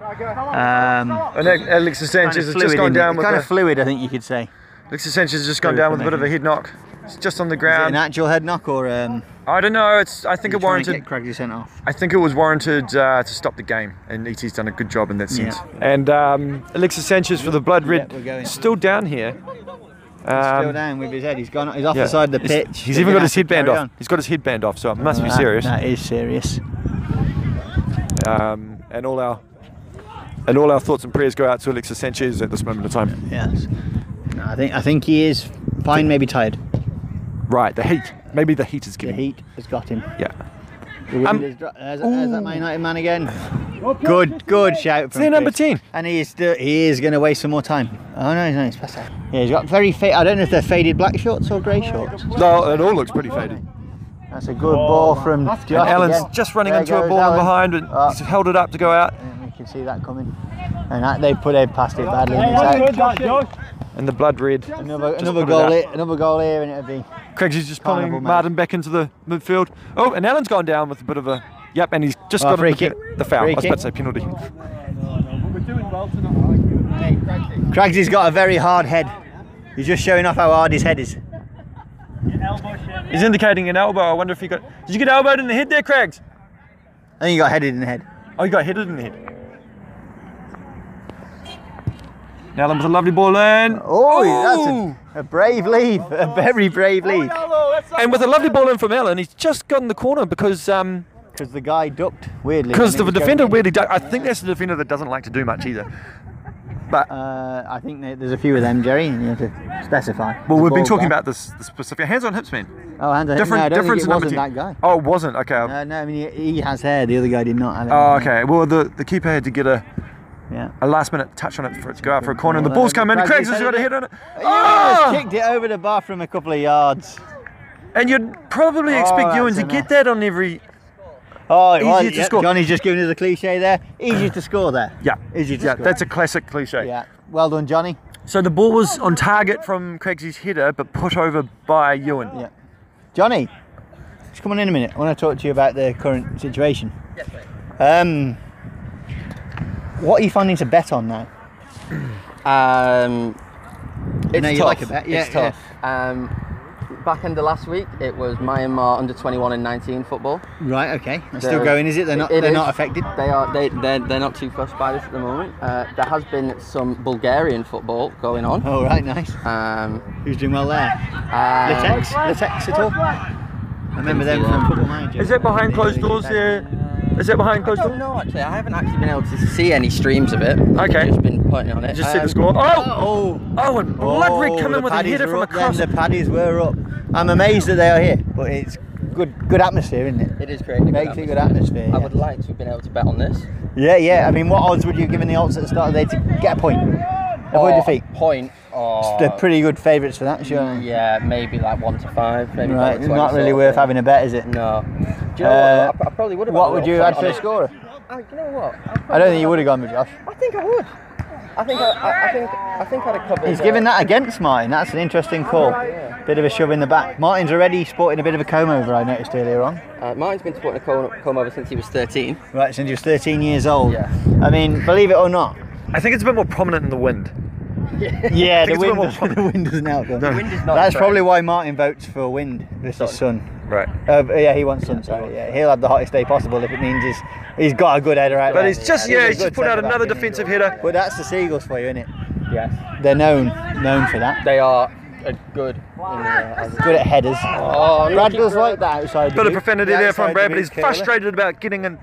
E: Oh, And Alex
A: kind
E: Sanchez
A: of
E: has
A: fluid,
E: just gone
A: isn't it?
E: down with
A: kind of
E: a,
A: fluid, I think you could say.
E: Alex Sanchez has just gone
A: fluid
E: down with a bit of a
A: formation.
E: head knock. It's just on the
A: Is it an
E: ground.
A: actual head knock or um,
E: I don't know. It's I think it warranted.
A: Get Craigie sent off.
E: I think it was warranted uh, to stop the game, and ET's done a good job in that sense.
A: Yeah.
B: And um, Alexis Sanchez for the blood red.
A: Yeah, we're going.
B: still down here.
A: Still
B: Um,
A: down with his head. He's gone. He's off
B: yeah.
A: the side of the
B: He's-
A: pitch.
B: He's,
A: They're
B: even
A: gonna
B: got his
A: have to
B: headband
A: carry
B: off.
A: on.
B: He's got his headband off, so it must be
A: That-
B: serious.
A: That is serious.
B: Um, and all our and all our thoughts and prayers go out to Alexis Sanchez at this moment in time.
A: Yes. No, I think I think he is fine. Maybe tired.
B: Right, the heat. Maybe the heat is
A: The
B: getting.
A: heat has got him.
B: Yeah.
A: The wind
B: Um,
A: has dro- there's, there's that Man United man again. Good, good shout from
B: Say number
A: Chris.
B: 10.
A: And he is still, he is going to waste some more time. Oh no, he's not. He's past that. Yeah, he's got very fade. I don't know if they're faded black shorts or grey shorts.
B: No, it all looks pretty faded.
A: That's a good ball from Josh.
B: And Allen's
A: again.
B: just running
A: There
B: into a
A: goes
B: ball in
A: Allen.
B: behind and
A: Oh.
B: he's held it up to go out.
A: And we can see that coming. And that, they put they past it badly. in the attack.
B: And the blood red.
A: Another,
B: Just
A: another
B: put it
A: goal
B: out.
A: here, another goal here, and it'll be.
B: Craig's just
A: Carnival,
B: pulling
A: mate.
B: Martin back into the midfield. Oh, and Allen's gone down with a bit of a. Yep, and he's just
A: Oh,
B: got a
A: free
B: pe-
A: kick.
B: the foul.
A: Free
B: I was
A: kick.
B: about to say penalty.
A: Craigsy's got a very hard head. He's just showing off how hard his head is.
B: He's indicating an elbow. I wonder if he got. Did you get elbowed in the head there, Craigs?
A: I think he got headed in the head.
B: Oh, you got headed in the head. Now Allen with a lovely ball in.
A: Oh, that's a, a brave leave. A very brave leave.
B: and with a lovely ball in from Allen, he's just got in the corner because um,
A: Because the guy ducked weirdly.
B: because
A: and
B: the
A: it was
B: defender
A: going in.
B: weirdly. du- I think that's the defender that doesn't like to do much either.
A: Uh, I think there- there's a few of them, Jerry, and you have to specify.
B: Well,
A: The
B: we've been
A: ball
B: talking
A: guy.
B: about this, this specific hands on hips, man.
A: Oh, hands on hip.
B: Different
A: no, I don't think
B: difference in
A: it
B: number
A: wasn't
B: ten.
A: that guy.
B: Oh, it wasn't. Okay.
A: No, no, I mean he, he has hair. The other guy did not have it.
B: Oh, okay. Uh, Well, the, the keeper had to get a,
A: Yeah.
B: a last minute touch on it for it to go out for a corner, and the ball's come in.
A: Craig,
B: Craig's
A: you
B: has
A: said
B: got a
A: it.
B: head on it.
A: Ewan
B: Oh!
A: has kicked it over the bar from a couple of yards.
B: And you'd probably expect
A: Oh, that's
B: Ewan to
A: enough.
B: get that on every.
A: Oh, it was.
B: Easier to
A: yep,
B: score.
A: Johnny's just giving us a cliche there. Easy to score there.
B: Yeah.
A: Easy to
B: Yeah,
A: score.
B: that's a classic cliche.
A: yeah. Well done, Johnny.
B: So the ball was on target from Craigsy's header, but put over by Ewan.
A: Yeah. Johnny, just come on in a minute. I want to talk to you about the current situation. Um, what are you finding to bet on now?
C: Um, it's
A: know you
C: tough.
A: like a bet, yeah,
C: it's tough. Um, back end of last week, it was Myanmar under 21 and 19 football.
A: Right. Okay. They're
C: They're-
A: still going, is it? They're not.
C: it
A: they're
C: is.
A: not affected.
C: They are. They they're, they're not too fussed by this at the moment. Uh, there has been some Bulgarian football going on.
A: All right. Nice.
C: Um,
A: Who's doing well there?
C: um,
A: Latex. Latex at all? I remember them from Football Manager.
B: Is that behind closed doors there? Is that behind
C: I
B: closed
C: don't
B: doors?
C: know actually. I haven't actually been able to see any streams of it.
B: Okay.
C: I've just been putting on it.
B: Just see
C: Um,
B: the score. Oh!
A: Oh.
B: Oh, and blood red come in with a
A: paddies
B: header
A: were
B: from
A: up then,
B: across.
A: The paddies were up. I'm amazed that they are here, but it's good, good atmosphere, isn't it?
C: It is great.
A: Makes a good atmosphere. yeah.
C: I would like to have been able to bet on this.
A: yeah, yeah. I mean, what odds would you have given the odds at the start of the day to get a point, avoid
C: Or
A: defeat?
C: Point or
A: They're pretty good favourites for that, sure.
C: Mm, Yeah, maybe like one to five. Maybe
A: Right,
C: five
A: it's
C: to 20
A: not
C: sort
A: really
C: of
A: worth
C: thing.
A: having a bet, is it?
C: No. Do you know
A: Uh,
C: what? I, I probably would have.
A: What would you add for a
C: score?
A: scorer?
C: I, Oh, you know what?
A: I don't think you would have gone with Josh.
C: I think I would. I think I, I, I think I think I'd have covered.
A: He's
C: uh,
A: given that against Martin. That's an interesting call. Bit of a shove in the back. Martin's already sporting a bit of a comb over. I noticed earlier on.
C: Uh, Martin's been supporting a comb, comb over since he was 13.
A: Right, since he was 13 years old.
C: Yeah.
A: I mean, believe it or not,
B: I think it's a bit more prominent in the wind.
A: Yeah,
B: think
A: the
B: it's a bit
A: wind,
B: more
A: does, the wind doesn't help. them.
C: Wind is not
A: That's
C: a
A: probably why Martin votes for wind versus sun.
B: Right.
A: Uh, yeah, he wants sun. Sorry, yeah, he'll have the hottest day possible if it means he's he's got a good header out.
B: But
A: there.
B: he's just,
A: I think
B: yeah,
A: a
B: he's
A: good
B: just put out
A: centre-back,
B: another
A: isn't he?
B: defensive header.
A: But that's the seagulls for you, isn't it?
C: Yes.
A: They're known known for that.
C: They are a good. in there as
A: Good at headers.
C: Oh, look,
A: Brad
C: he-
A: does like that outside.
B: Bit
A: the
B: of
A: boot.
B: profanity
A: The
B: there from
A: outside
B: Brad,
A: the
B: but he's
A: boot curler.
B: frustrated about getting a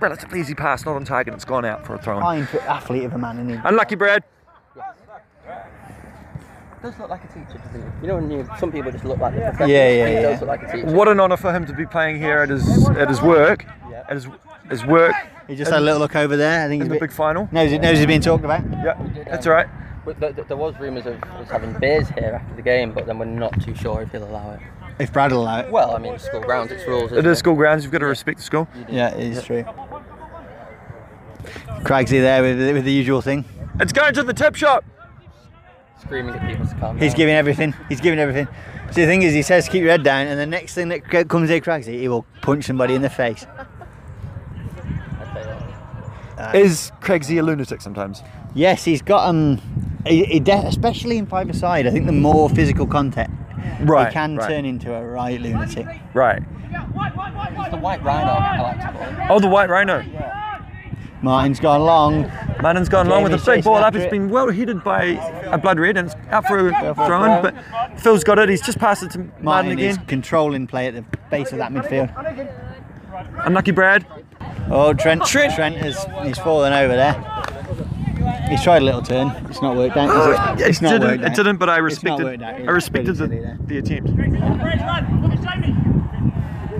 B: relatively easy pass, not on target, it's gone out for a throw in.
A: Fine for athlete of a man, isn't he?
B: Unlucky, Brad.
C: It does look like a teacher, doesn't it? You know, when you, some people just look like the professor.
A: Yeah, yeah,
C: It
A: yeah.
C: does look like a teacher.
B: What an honour for him to be playing here at his at his work, at his, his work
A: He just had a little look over there. I think
B: in
A: he's
B: the
A: a
B: big
A: bit,
B: final.
A: knows, knows he's being talked about.
B: Yeah, that's all right.
C: But th- th- there was rumours of us having beers here after the game, but then we're not too sure if he'll allow it.
A: If Brad will allow it.
C: Well, I mean, school grounds, it's rules.
B: It
C: Isn't
B: is school grounds. You've got to respect the school.
A: Yeah, it is true. Craigsy there with, with the usual thing.
B: It's going to the tip shop.
C: Screaming at people to calm
A: He's
C: down.
A: giving everything. He's giving everything. See, the thing is, he says keep your head down, and the next thing that c- comes in Craigsy, he will punch somebody in the face.
C: uh,
B: Is Craigsy a lunatic sometimes?
A: Yes, he's got um, he, he de- especially in private side. I think the more physical contact,
B: Right,
A: he can
B: right.
A: turn into a right lunatic.
B: Right.
C: It's the white rhino, I like to call it.
B: Oh, the white rhino.
A: Martin's gone long.
B: Madden's gone along with a
A: Jamie's
B: big
A: chasing
B: ball up.
A: after
B: It's
A: it.
B: been well headed by a blood red and it's out for a
A: for a
B: throw in. But Phil's got it. He's just passed it to Martin,
A: Martin is
B: again.
A: controlling play at the base of that midfield.
B: Unlucky Brad.
A: Oh, Trent! Trent, is he's fallen over there. He's tried a little turn. It's not worked out. has
B: Oh,
A: it?
B: it,
A: It's not
B: didn't,
A: worked
B: it
A: out.
B: didn't, but I
A: It's not
B: respected.
A: worked out.
B: I respected
A: Pretty silly
B: the,
A: there.
B: the attempt.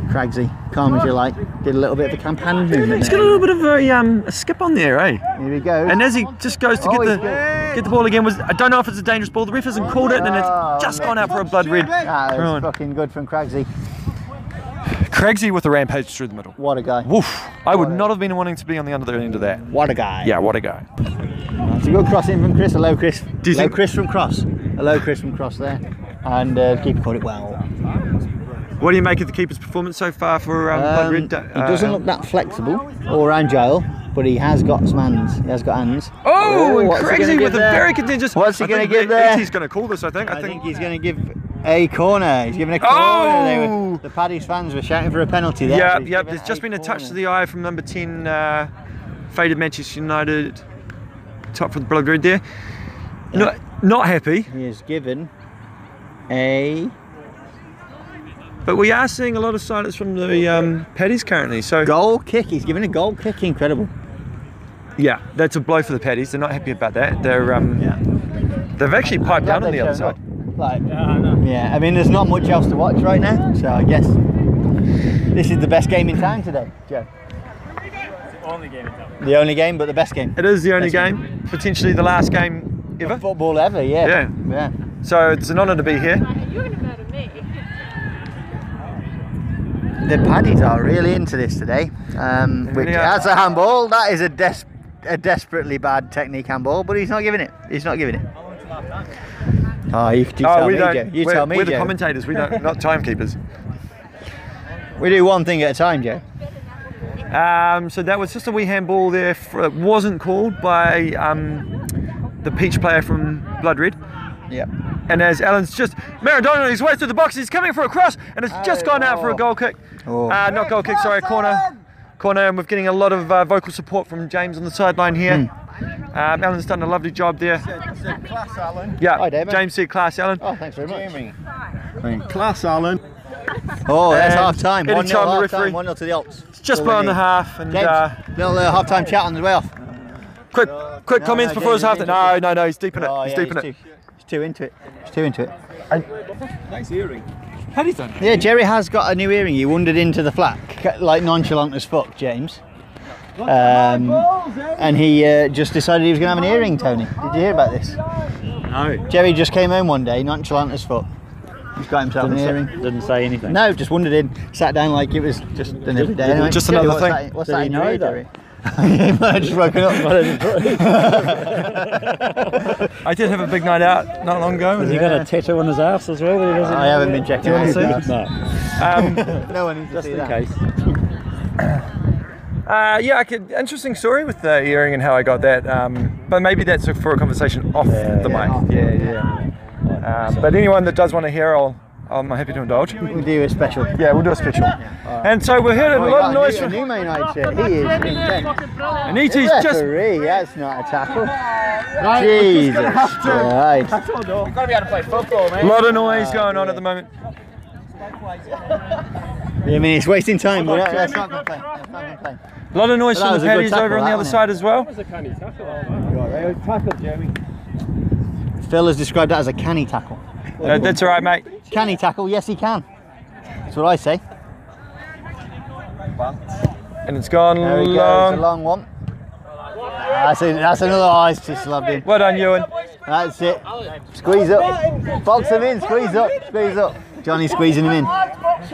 A: Cragsy, calm as you like. Did a little bit of a camp hand movement.
B: He's got a
A: there.
B: little bit of a, um, a skip on there, eh?
A: Here we go.
B: And as he just goes to
A: Oh,
B: get
A: he's
B: the get the ball again, was I don't know if it's a dangerous ball. The ref hasn't called it, and it's just gone out for a blood red.
A: Oh, Ah, that
B: throw
A: was
B: in.
A: fucking good from Cragsy.
B: Craigsy with a rampage through the middle.
A: What a guy.
B: Woof! I would not have been wanting to be on the other end of that.
A: What a guy.
B: Yeah, what a guy.
A: It's a good cross in from Chris. A low Chris.
B: Do you
A: low
B: think-
A: Chris from cross. A low Chris from cross there. And uh, keeper caught it well.
B: What do you make of the keeper's performance so far for um, blood
A: Um,
B: red?
A: he
B: uh,
A: doesn't look that flexible or agile, but he has got some hands. He has got hands.
B: Oh, and
A: what's he
B: crazy
A: gonna give
B: with a
A: there?
B: very contentious.
A: What's he
B: I
A: gonna
B: think
A: give
B: that-
A: there?
B: He's going to call this, I think. I,
A: I think
B: think.
A: he's going to give a corner. He's giving a corner. They were,
B: Oh!
A: the Paddy's fans were shouting for a penalty there.
B: yeah,
A: so he's
B: yeah.
A: given
B: There's just been a touch to
A: corner.
B: the eye from number ten, uh, faded Manchester United, top for the blood red there. Not, not happy,
A: He is given a.
B: but we are seeing a lot of silence from the um, Paddies currently. So
A: Goal kick. He's given a goal kick. Incredible.
B: yeah, that's a blow for the Paddies. They're not happy about that. They're um,
A: Yeah.
B: they've actually piped down
A: Glad
B: on the
A: they
B: other
A: showed
B: side.
A: up. Like, yeah, I mean, there's not much else to watch right now, so I guess this is the best game in town today, Joe. The only game, but the best game.
B: It is the only
A: That's
B: game, potentially the last game ever.
A: Football ever, yeah.
B: Yeah.
A: yeah.
B: So it's an honour to be here.
G: You're gonna murder me.
A: The Paddies are really into this today. Um, which,
B: really are.
A: that's a handball. That is a des- a desperately bad technique handball, but he's not giving it. He's not giving it. Oh, you, you tell me, Joe. You
B: we're,
A: tell me,
B: we're the
A: Joe.
B: commentators. We don't, not timekeepers.
A: We do one thing at a time, Joe.
B: Um, so that was just a wee handball there. For, it wasn't called by um, the peach player from Blood Red.
A: Yep.
B: And as Alan's just Maradona, he's way through the box. He's coming for a cross, and it's just gone out for a goal kick.
A: Oh.
B: Uh, not goal kick, sorry, corner. Corner, and we're getting a lot of uh, vocal support from James on the sideline here.
A: Hmm.
B: Um, Alan's done a lovely job there.
E: Class, Alan.
B: Yeah,
A: Hi, David.
B: James said class, Alan.
A: Oh, thanks very much.
E: Class, Alan.
A: Oh, that's
B: And
A: half time.
B: Um, any
A: 1 0
B: time the
A: half
B: referee-
A: time, 1 0 to the Alps.
B: It's just below the half, and
A: James,
B: uh,
A: little uh, half time chat on the way off.
B: quick, quick
A: No,
B: comments
A: no,
B: before his
A: James,
B: half.
A: James,
B: No, no, no, he's deep in it.
A: Oh,
B: he's
A: yeah,
B: deep in it.
A: he's Too, he's too into it. He's too into it.
E: Nice earring.
A: Yeah, Jerry has got a new earring. He wandered into the flat, c- like nonchalant as fuck, James. Um, and he uh, just decided he was going to have an earring, Tony. Did you hear about this?
E: No.
A: Jerry just came home one day, nonchalant as fuck. He's got himself an earring.
F: Didn't say anything.
A: No, just wandered in, sat down like it was just an everyday. Anyway,
B: just
A: Jerry,
B: another
A: what's
B: thing.
A: That, what's
F: Did
A: that
F: he
A: in
F: know
A: your ear,
F: that?
A: Jerry? I just woken up.
B: I did have a big night out not long ago.
F: Has he got a tattoo on his ass as well? That he doesn't
A: I haven't been checking.
F: want to
A: that.
F: see? No.
B: um,
A: No one needs to see that.
B: Uh, yeah, I could, interesting story with the earring and how I got that. Um, but maybe that's for a conversation off the mic. Yeah, yeah. Uh, but anyone that does want to hear, I'll, I'm happy to indulge.
A: We'll do a special.
B: Yeah, we'll do a special. And so we're hearing a
A: Oh,
B: lot of noise
A: new,
B: from.
A: new Man United shirt. He is intense.
B: And ET's just.
A: Referee, that's not a tackle. Jesus Christ.
B: A lot of noise going on at the moment.
A: I mean, it's wasting time. We're not, that's not complain. That's not complain.
B: A lot of noise
A: Well, that
B: from
A: was a
B: the
A: good
B: paddies
A: tackle,
B: over on
A: that,
B: the other
A: wasn't it?
B: side as well.
A: Phil has described that as a canny tackle.
B: Uh, that's all right, mate.
A: Can he tackle? Yes, he can. That's what I say.
B: And it's gone
A: There we go. It's a
B: long.
A: long one. That's, it. that's another. Oh, it's just loved him.
B: Well done, Ewan.
A: That's it. Squeeze up. Box him in. Squeeze up. Squeeze up. Johnny's squeezing him in. Mine's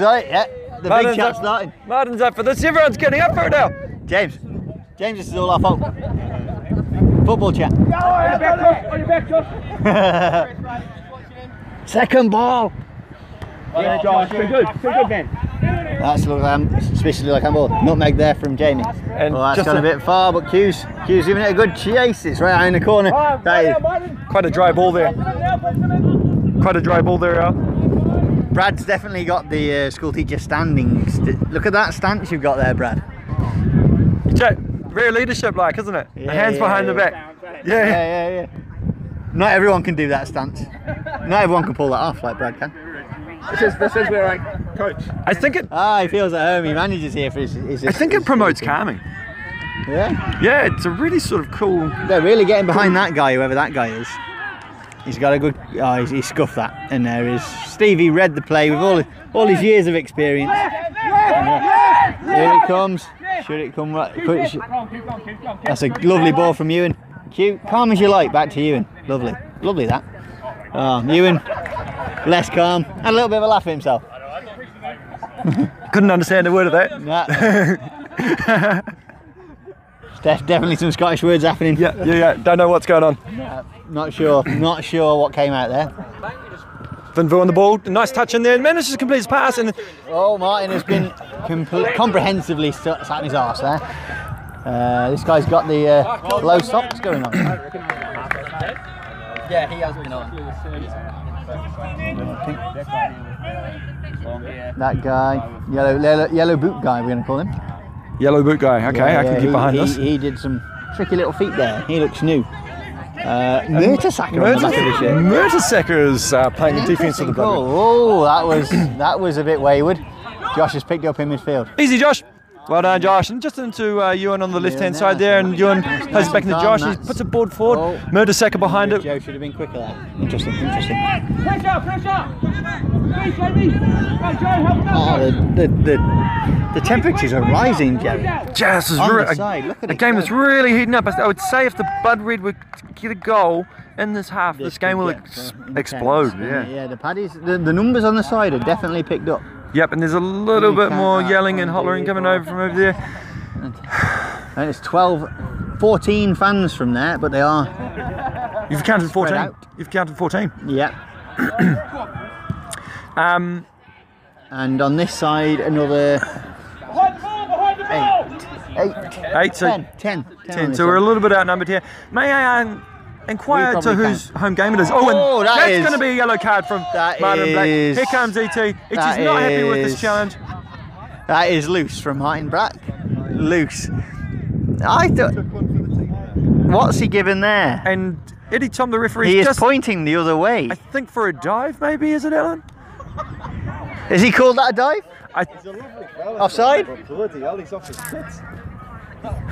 A: right. Yeah. The big
B: Martin's
A: chap's
B: up.
A: starting.
B: Martin's up for this. Everyone's getting up for it now.
A: James. James, this is all our fault. Football chat. Second ball. That's look like I'm, especially like I'm bored. Nutmeg there from Jamie.
B: And
A: well, that's
B: just
A: gone a,
B: a-
A: bit far, but Q's Q's giving it a good chase. It's right out in the corner. That is,
B: Quite a dry ball there. Quite a dry ball there, uh, Al.
A: Brad's definitely got the uh, school teacher standings. D- Look at that stance you've got there, Brad.
B: Jack, very leadership like, isn't it?
A: Yeah,
B: the hands
A: yeah,
B: behind the
A: yeah.
B: back. Yeah. yeah.
A: yeah, yeah. Not everyone can do that stance. Not everyone can pull that off like Brad can.
E: This is, this is where I coach.
B: I think it.
A: Ah, he feels at home. He manages here for his. his
B: I think it promotes calming.
A: Yeah,
B: Yeah, it's a really sort of cool.
A: they're really getting behind that guy, whoever that guy is. He's got a good. Oh, he's, he scuffed that. And there is Stevie read the play with all all his years of experience. Here it comes. Should it come right? could it- should- That's a lovely ball from Ewan. Cute, calm as you like. Back to Ewan. Lovely, lovely that. Oh, Ewan, less calm. Had a little bit of a laugh at himself.
B: Couldn't understand a word of that.
A: Nah. Def- definitely some Scottish words happening.
B: Yeah, yeah, yeah. Don't know what's going on.
A: Not sure. Not sure what came out there.
B: Van Vu on the ball. Nice touch in there. Manages to complete his pass. And
A: Oh, Martin has been comple- comprehensively st- sat in his arse there. Uh, this guy's got the uh, low socks going on. I
C: Yeah, he has been on.
A: think that guy, yellow, yellow, yellow boot guy, we're going to call him.
B: Yellow boot guy. Okay,
A: Yeah,
B: I can
A: yeah,
B: get behind
A: he,
B: this.
A: He, he did some tricky little feet there. He looks new. Uh,
B: Um,
A: Mertesacker on the back of the shirt.
B: Mertesacker is uh, playing the defense
A: Interesting
B: of the
A: call.
B: ball.
A: Oh, that was that was a bit wayward. Josh has picked up in midfield.
B: Easy, Josh. Well done, Josh. And just into uh, Ewan on the left hand
A: now.
B: side there. And Ewan plays it back into
A: Done,
B: Josh. He
A: that's-
B: puts a board forward.
A: Oh.
B: Mertesacker behind it.
A: Joe should have been quicker there. Interesting, interesting.
G: Pressure, pressure! Please, Jamie! Go, Joe, help him
A: Oh,
G: out!
A: the, the, the, the temperatures are rising, Jerry.
B: Jazz is
A: On
B: re-
A: the
B: a,
A: side, look at
B: a
A: it
B: game
A: go.
B: that's really heating up. I s- I would say if the Bud Red were to get a goal in this half, this, game will
A: could get,
B: ex-
A: uh, intense,
B: explode.
A: couldn't
B: Yeah.
A: it? Yeah, the paddies, the, the numbers on the side are definitely picked up.
B: Yep. And there's a little
A: You
B: bit
A: can't
B: more
A: out-
B: yelling and
A: can't
B: hollering
A: do
B: coming
A: it.
B: over from over there.
A: And it's 12, 14 fans from there, but they are,
B: You've counted 14.
A: out.
B: You've counted 14.
A: yeah.
B: Um,
A: And on this side, another
G: Behind the ball, behind the ball!
A: eight,
B: eight. So
A: ten, ten, ten on
B: 10.
A: this
B: So we're a
A: side.
B: little bit outnumbered here. May I um, inquire
A: You
B: to
A: probably
B: whose home game it is? Oh, and
A: Oh, that
B: that's
A: is-
B: going to be a yellow card from
A: that
B: Martin Black.
A: is-
B: Here comes E ET. ET's not
A: that
B: happy with this
A: is-
B: challenge.
A: That is loose from Martin Black. Loose. I thought. What's he given there?
B: And Eddie Tom, the referee,
A: He is
B: just,
A: pointing the other way.
B: I think for a dive, maybe, is it, Alan?
A: Is he called that a dive?
B: I,
A: Offside?
E: Bloody hell, he's off his tits.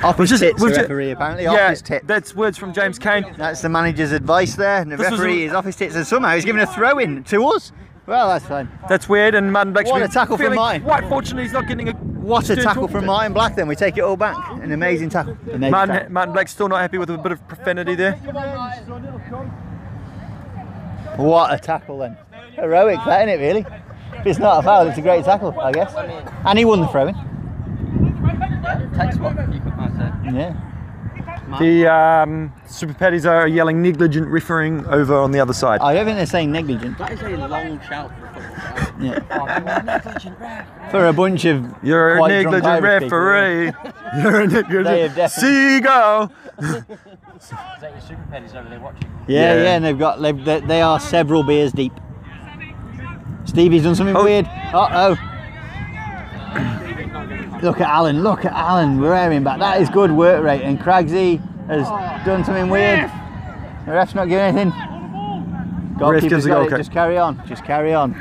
A: Off his
B: it-
A: tits,
B: was
A: the
B: it-
A: referee, apparently. Off
B: yeah,
A: his tip.
B: that's words from James Kane.
A: That's the manager's advice there. And the
B: This was
A: referee
B: a-
A: is off his tits, and somehow he's given a throw in to us. Well, that's fine.
B: That's weird. And Martin Black's
A: What
B: been
A: a tackle from
B: feeling
A: Martin.
B: Quite fortunately, he's not getting a.
A: What a
B: stern
A: tackle
B: talking
A: from
B: to.
A: Martin Black, then. We take it all back. An amazing tackle. Amazing
B: Martin,
A: tackle.
B: Martin Black's still not happy with a bit of profanity there.
A: What a tackle, then. Heroic, that, isn't it, really? If it's not a foul, it's a great tackle, I guess. And he won the throw in.
C: Takes what you could might say.
A: Yeah.
B: The um, Super Paddies are yelling negligent refereeing over on the other side.
A: I don't think they're saying negligent.
C: That is a long shout for football.
A: For a bunch of
B: You're a
A: quite drunk
B: negligent
A: Irish people,
B: referee. You're a
A: They have
B: negligent
A: definitely-
B: seagull.
H: Is that your sugar pennies over there watching?
A: Yeah, yeah,
B: Yeah.
A: and they've got they've, they, they are several beers deep. Stevie's done something
B: Oh.
A: weird. Uh oh. Look at Alan, look at Alan rearing back. That is good work rate. And Cragsy has done something weird. The ref's not giving anything. Goalkeeper's
B: gives a
A: got
B: goal
A: it.
B: kick.
A: Just carry on, just carry on.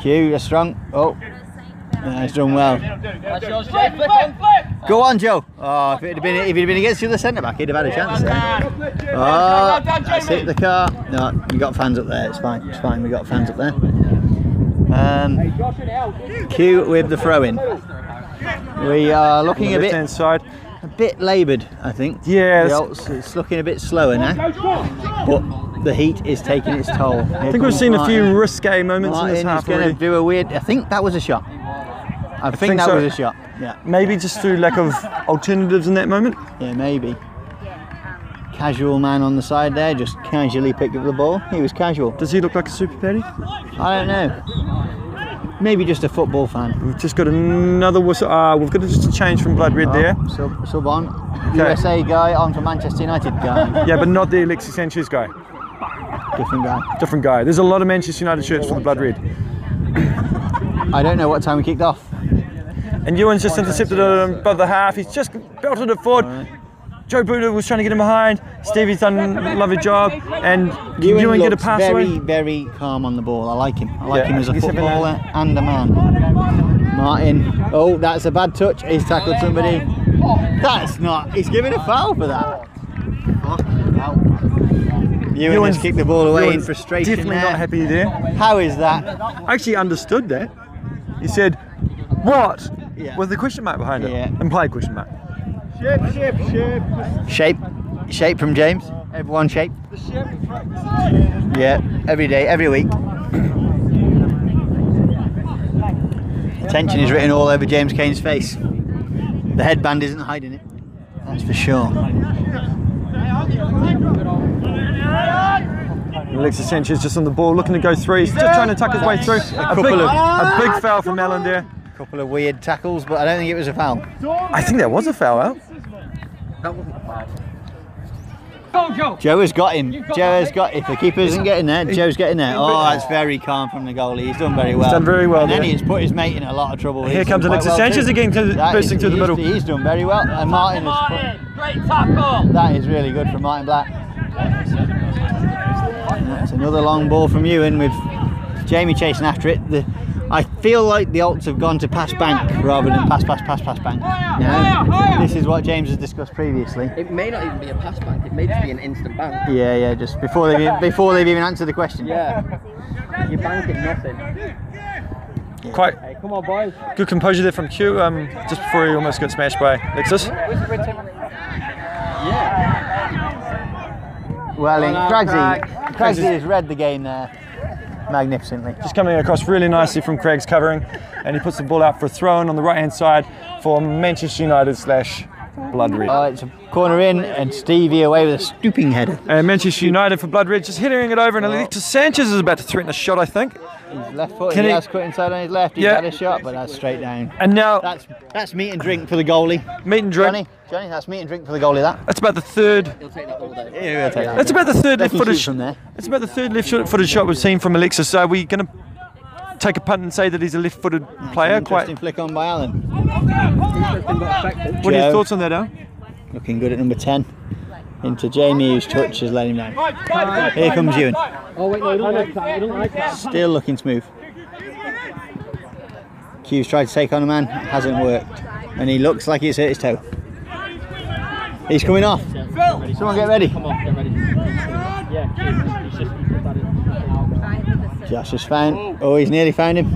A: Q, that's strong. Oh, yeah, he's done well.
H: That's yours,
G: Flip, flip, flip!
A: Go on, Joe. Oh, if it had been if it had been against the other centre back, he'd have had a chance there. Oh, that's hit the car. No, we got fans up there. It's fine. It's fine. We got fans up there. Um,
G: Josh and Al.
A: Q with the throw-in. We are looking a
B: Left
A: bit,
B: hand side.
A: a bit laboured, I think.
B: Yeah,
A: The
B: it's-
A: Alps, it's looking a bit slower now,
G: Go, Josh!
A: but the heat is taking its toll.
B: I think we've seen a few risque moments in this
A: Martin is
B: half
A: going to
B: already.
A: do a weird. I think that was a shot. I, think,
B: think
A: that
B: so.
A: was a shot. Yeah.
B: Maybe just through lack of alternatives in that moment.
A: Yeah, maybe. Casual man on the side there, just casually picked up the ball. He was casual.
B: Does he look like a super paddy?
A: I don't know. Maybe just a football fan.
B: We've just got another whistle. Ah, we've got just a change from blood red there.
A: Oh, Sub, sub on.
B: Okay.
A: USA guy on for Manchester United guy.
B: Yeah, but not the Alexis Sanchez guy.
A: Different guy.
B: Different guy. There's a lot of Manchester United shirts with blood red.
A: I don't know what time we kicked off.
B: And Ewan's just intercepted it above the half. He's just belted it forward. Joe Buda was trying to get him behind. Stevie's done a lovely job. And can Ewan, get a
A: looks
B: pass
A: very,
B: away?
A: very calm on the ball. I like him. I like
B: Yeah.
A: him as a
B: He's having a-
A: footballer and a man. Martin. Oh, that's a bad touch. He's tackled somebody. That's not. He's giving a foul for that. Ewan
B: Ewan's-
A: has kicked the ball away in
B: Ewan's
A: frustration.
B: Definitely
A: there.
B: not happy there.
A: How is that?
B: I actually understood that. He said, What?
A: Yeah.
B: With a question mark behind it.
A: Yeah.
B: Implied question mark.
A: Shape, shape from James. Everyone shape. Yeah, every day, every week. Tension is written all over James Kane's face. The headband isn't hiding it. That's for sure.
B: Alexis Sanchez just on the ball, looking to go three. He's just trying to tuck his way through. A, big,
A: couple of-
B: a big foul from Allen there.
A: A couple of weird tackles, but I don't think it was a foul.
B: I think that was a foul out.
G: Go, Joe!
A: Joe has got him. Joe has got. If the keeper isn't getting there, Joe's getting there. Oh, that's very calm from the goalie. He's done very well.
B: done very well
A: And then
B: there.
A: he's put his mate in a lot of trouble.
B: Here
A: He's
B: comes
A: done quite
B: Alexis
A: well
B: Sanchez
A: too.
B: again, to-
A: That
B: bursting
A: is-
B: through the
A: he's-
B: middle.
A: He's done very well, and Martin has. put-
G: Great tackle!
A: That is really good from Martin Black. That's another long ball from Ewan with Jamie chasing after it. The, I feel like the Alts have gone to pass bank rather than pass, pass, pass, pass bank.
G: Higher, higher, higher.
A: This is what James has discussed previously.
C: It may not even be a pass bank. It may just be an instant bank.
A: Yeah, yeah, just before they've, even- before they've even answered the question.
C: Yeah. You're banking nothing.
B: Quite
C: Hey, come on, boys.
B: good composure there from Q, um, just before he almost got smashed by Alexis.
A: Well, in
C: Well,
A: Cragsy,
C: Crag-
A: Cragsy has read the game there magnificently.
B: Just coming across really nicely from Craig's covering, and he puts the ball out for a throw in on the right hand side for Manchester United slash Blood Red.
A: Oh, it's a corner in, and Stevie away with a stooping header.
B: And Manchester United for Blood Red just heading it over, and Alexis Sanchez is about to threaten a shot, I think.
A: His left foot,
B: Can
A: he
B: he-
A: has cut inside on his left. He's
B: Yeah.
A: had a shot, but that's straight down.
B: And now,
A: That's that's meat and drink for the goalie.
B: meet and drink.
A: Johnny, Johnny, that's meat and drink for the goalie. That.
B: That's about the third.
C: He'll take that all day.
A: Yeah, we'll take that.
B: That's about the third
A: They
B: left
A: can shoot
B: footage.
A: from there.
B: It's about the third left shot- footed shot we've seen from Alexis. So are we going to take a punt and say that he's a left footed player?
A: Interesting
B: Quite.
A: flick on by Allen.
B: What are your
A: Joe.
B: thoughts on that, Al?
A: Looking good at number ten. Into Jamie, whose touch has let him down. Here comes Ewan.
G: Oh, wait, no, you don't like that. You don't like that.
A: Still looking smooth. Q's tried to take on a man, hasn't worked, and he looks like he's hurt his toe. He's coming off. Someone get ready. Josh has found. Oh, he's nearly found him.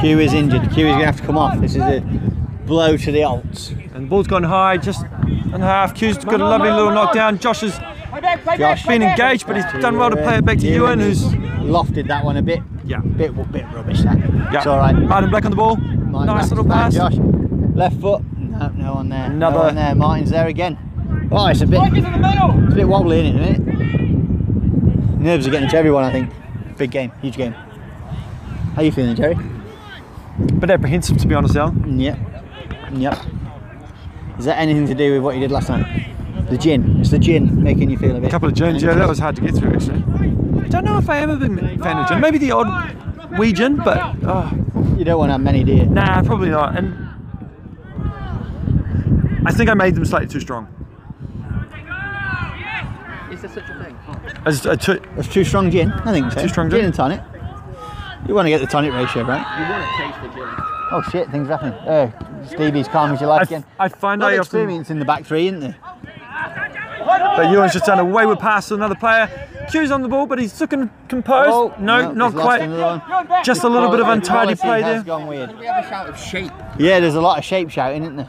A: Q is injured. Q is going to have to come off. This is a blow to the alts.
B: And the ball's gone high, just in half. Q's got a lovely little knockdown. Josh has
G: Play back, play back,
A: Josh
G: play
B: been
G: back.
B: engaged, but he's done well to play it back to Ewan, who's
A: lofted that one a bit.
B: Yeah.
A: Bit, bit rubbish. That.
B: yeah.
A: It's all right.
B: Martin Black on the ball.
A: Martin back
B: nice little
A: to back,
B: pass.
A: Josh, left foot. No, no one there.
B: Another-
A: No one there. Martin's there again. Oh, it's a bit,
G: Strike into the middle.
A: it's a bit wobbly, isn't it? isn't it? Nerves are getting to everyone, I think. Big game, huge game. How you feeling, Jerry?
B: Bit apprehensive to be honest, Al.
A: Yep. Yep. Is that anything to do with what you did last night? The gin. It's the gin making you feel a bit.
B: A couple of gins, yeah, that was hard to get through actually. I don't know if I am a big fan of gin. Maybe the odd wee gin, but oh,
A: You don't want to have many, do you?
B: nah, probably not. And I think I made them slightly too strong.
C: Is there such a thing?
B: As a too,
A: That's too strong gin. I think so.
B: Too strong
A: gin
B: gin?
A: and tonic. You want to get the tonic ratio right.
C: You want to taste the gin.
A: Oh shit, things happening. Oh, Stevie's calming your life
B: I,
A: again.
B: f- I find
A: Not
B: I often
A: experience in the back three, isn't there?
B: that Ewan's just done a wayward pass to another player. Q's on the ball, but he's looking composed.
A: Oh,
B: no, not
A: he's lost
B: quite.
A: another one.
B: Just a little bit of
A: Quality-
B: untidy play
A: quality has
B: there.
A: gone weird.
C: We have a shout of shape.
A: Yeah, there's a lot of shape shouting, isn't there?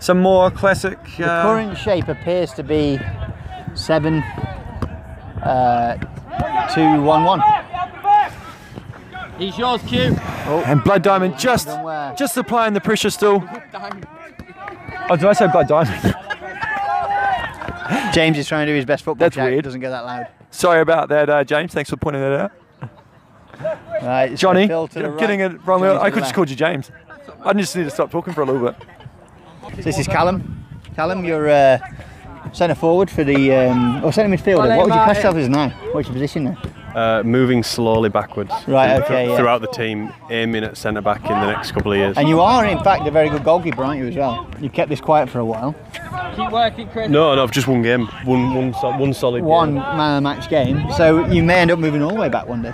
B: Some more classic.
A: The
B: Uh,
A: current shape appears to be seven, uh, two, one, one.
C: He's yours, Q.
B: and Blood Diamond just
A: Then where?
B: just applying the pressure still. Oh, did I say Blood Diamond?
A: James is trying to do his best football.
B: That's
A: shout.
B: weird.
A: Doesn't get that loud.
B: Sorry about that, uh, James. Thanks for pointing that out.
A: Right, it's
B: Johnny,
A: Phil to the
B: I'm
A: right,
B: getting it wrong.
A: Johnny to
B: I
A: the
B: could just
A: left.
B: call you James. I just need to stop talking for a little bit.
A: This is Callum. Callum, you're uh, centre forward for the um, or centre midfielder. What would you class yourself as now? What's your position now?
I: Uh, moving slowly backwards.
A: Right,
I: thro-
A: okay, yeah.
I: Throughout the team, aiming at centre back in the next couple of years.
A: And you are, in fact, a very good goalkeeper, aren't you, as well? You've kept this quiet for a while.
C: Keep working, Chris.
I: No, no, I've just one game, one, one, so- one solid.
A: One
I: game.
A: man of the match game, so you may end up moving all the way back one day.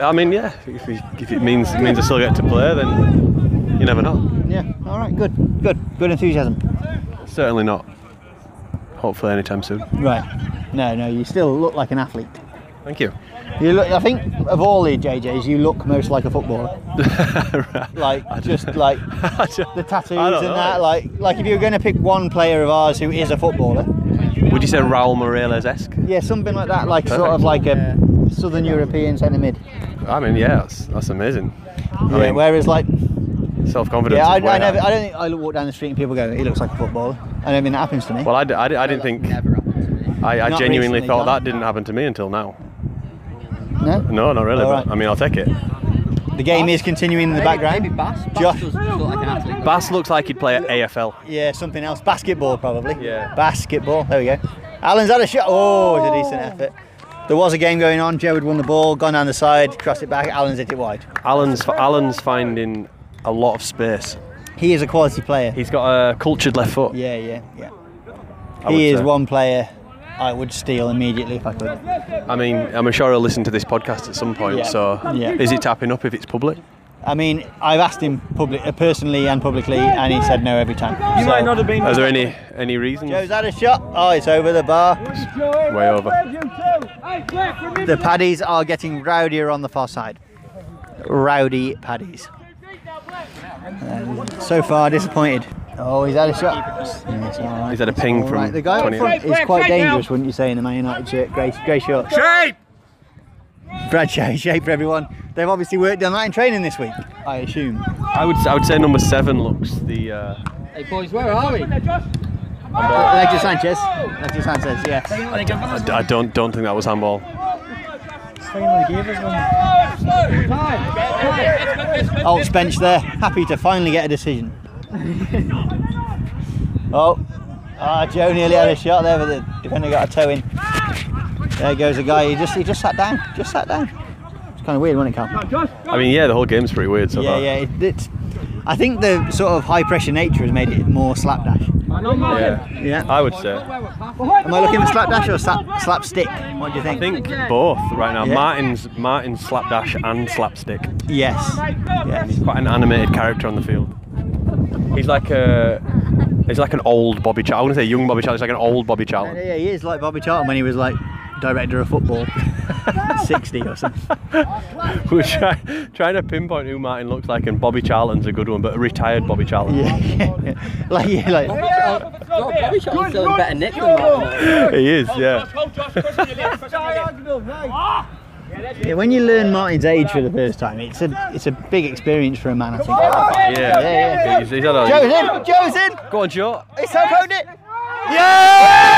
I: I mean, yeah. If, we- if it means means I still get to play, then you never know.
A: Yeah, all right, good, good, good enthusiasm.
I: Certainly not. Hopefully, anytime soon.
A: Right. No, no, you still look like an athlete.
I: Thank you.
A: You look. I think of all the JJs, you look most like a footballer. Like just like
I: I don't-
A: the tattoos
I: I
A: and
I: don't know.
A: that. Like like if you were going to pick one player of ours who is a footballer,
I: Would you say Raul Morelos esque?
A: yeah, something like that. Like sort
I: Perfect.
A: of like a Southern European centre mid.
I: I mean, yeah, that's, that's amazing.
A: Yeah.
I: mean-
A: whereas like
I: Self confidence.
A: yeah, I, I never. I don't think I walk down the street and people go, he looks like a footballer. I don't think that happens to me.
I: well, I, d- I, d- I didn't think.
C: Never happened to me.
I: I, I
A: Not
I: genuinely
A: recently,
I: thought
A: no.
I: that didn't happen to me until now.
A: no.
I: No, not really.
A: Alright.
I: But, I mean, I'll take it.
A: The game is continuing in the
C: Maybe
A: background.
C: Bass. Bass
A: Josh.
C: does look like an athlete.
I: Bass looks like he'd play at AFL.
A: Yeah, something else. Basketball, probably.
I: Yeah.
A: Basketball. There we go. Alan's had a shot. Oh, it's a decent effort. There was a game going on. Joe had won the ball, gone down the side, crossed it back. Alan's hit it wide.
I: Alan's Alan's finding a lot of space.
A: He is a quality player.
I: He's got a cultured left foot.
A: yeah, yeah, yeah.
I: I
A: He
I: would
A: is
I: say.
A: one player I would steal immediately if I could.
I: I mean, I'm sure he'll listen to this podcast at some point.
A: Yeah.
I: So,
A: Yeah.
I: is he tapping up if it's public?
A: I mean, I've asked him public, uh, personally and publicly, and he said no every time.
B: You
A: So-
B: might not have been.
I: Are there any any reasons?
A: Joe's had a shot. Oh, it's over the bar.
I: Way over.
A: The paddies are getting rowdier on the far side. Rowdy paddies. And so far, disappointed. Oh, he's had a shot. Yeah, it's all right.
I: He's had a
A: It's
I: ping
A: all
I: from
A: right. The guy up
I: 20.
A: front is quite dangerous, wouldn't you say, in the Man United shirt? Grey, grey shorts. Shape! Brad Shea, shape for everyone. They've obviously worked on that in training this week, I assume.
I: I would I would say number seven looks the. Uh,
C: Hey, boys, where are we?
A: Alexis Sanchez. Alexis Sanchez, yes.
I: I, d- I don't don't think that was handball.
A: Old Spence there, happy to finally get a decision. oh, ah, Joe nearly had a shot there, but the defender got a toe in. There goes the guy. He just he just sat down. Just sat down. It's kind of weird, wasn't it, Carl?
I: I mean, yeah, the whole game's pretty weird so
A: Yeah,
I: far.
A: yeah. It, it's, I think the sort of high pressure nature has made it more slapdash.
I: Yeah.
A: Yeah.
I: I would say.
A: Am I looking for slapdash or slap, slapstick? What do you think?
I: I think both right now.
A: Yeah.
I: Martin's Martin's slapdash and slapstick.
A: Yes.
I: And he's quite an animated character on the field. He's like a he's like an old Bobby Charlton. I wouldn't say young Bobby Charlton. He's like an old Bobby Charlton.
A: Yeah, he is like Bobby Charlton when he was like director of football, 60 or something.
I: We're try, trying to pinpoint who Martin looks like, and Bobby Charlton's a good one, but a retired Bobby Charlton.
A: Yeah. like yeah, like.
C: God, Oh, Bobby Charlton's selling better nick than that.
I: he is. Yeah.
A: Yeah, when you learn Martin's age for the first time, it's a it's a big experience for a man. I think.
I: Yeah.
A: yeah.
I: He's, he's had a-
A: Joe's in. Joe's in.
I: Go on, Joe.
A: He's opened it.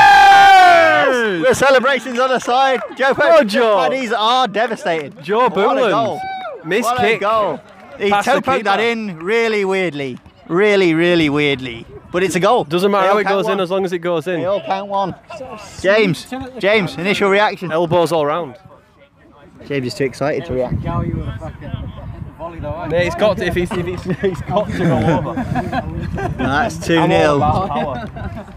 I: Yes!
A: The celebrations on the side. Joe.
I: Go, Joe.
A: These are devastated.
I: Joe
A: What a goal.
I: Booland. Miss
A: What a
I: kick.
A: goal. He
I: Pass the
A: toe poked that
I: keeper.
A: in really weirdly. Really, really weirdly. But it's a goal.
I: Doesn't matter
A: They all
I: how it
A: count
I: goes in,
A: one.
I: as long as it goes
A: They
I: in.
A: all count one. James, James, initial reaction.
I: Elbows all round.
A: James is too excited to react.
F: Mate, it's got to, if it's, if it's, it's got to go over.
A: That's 2 0.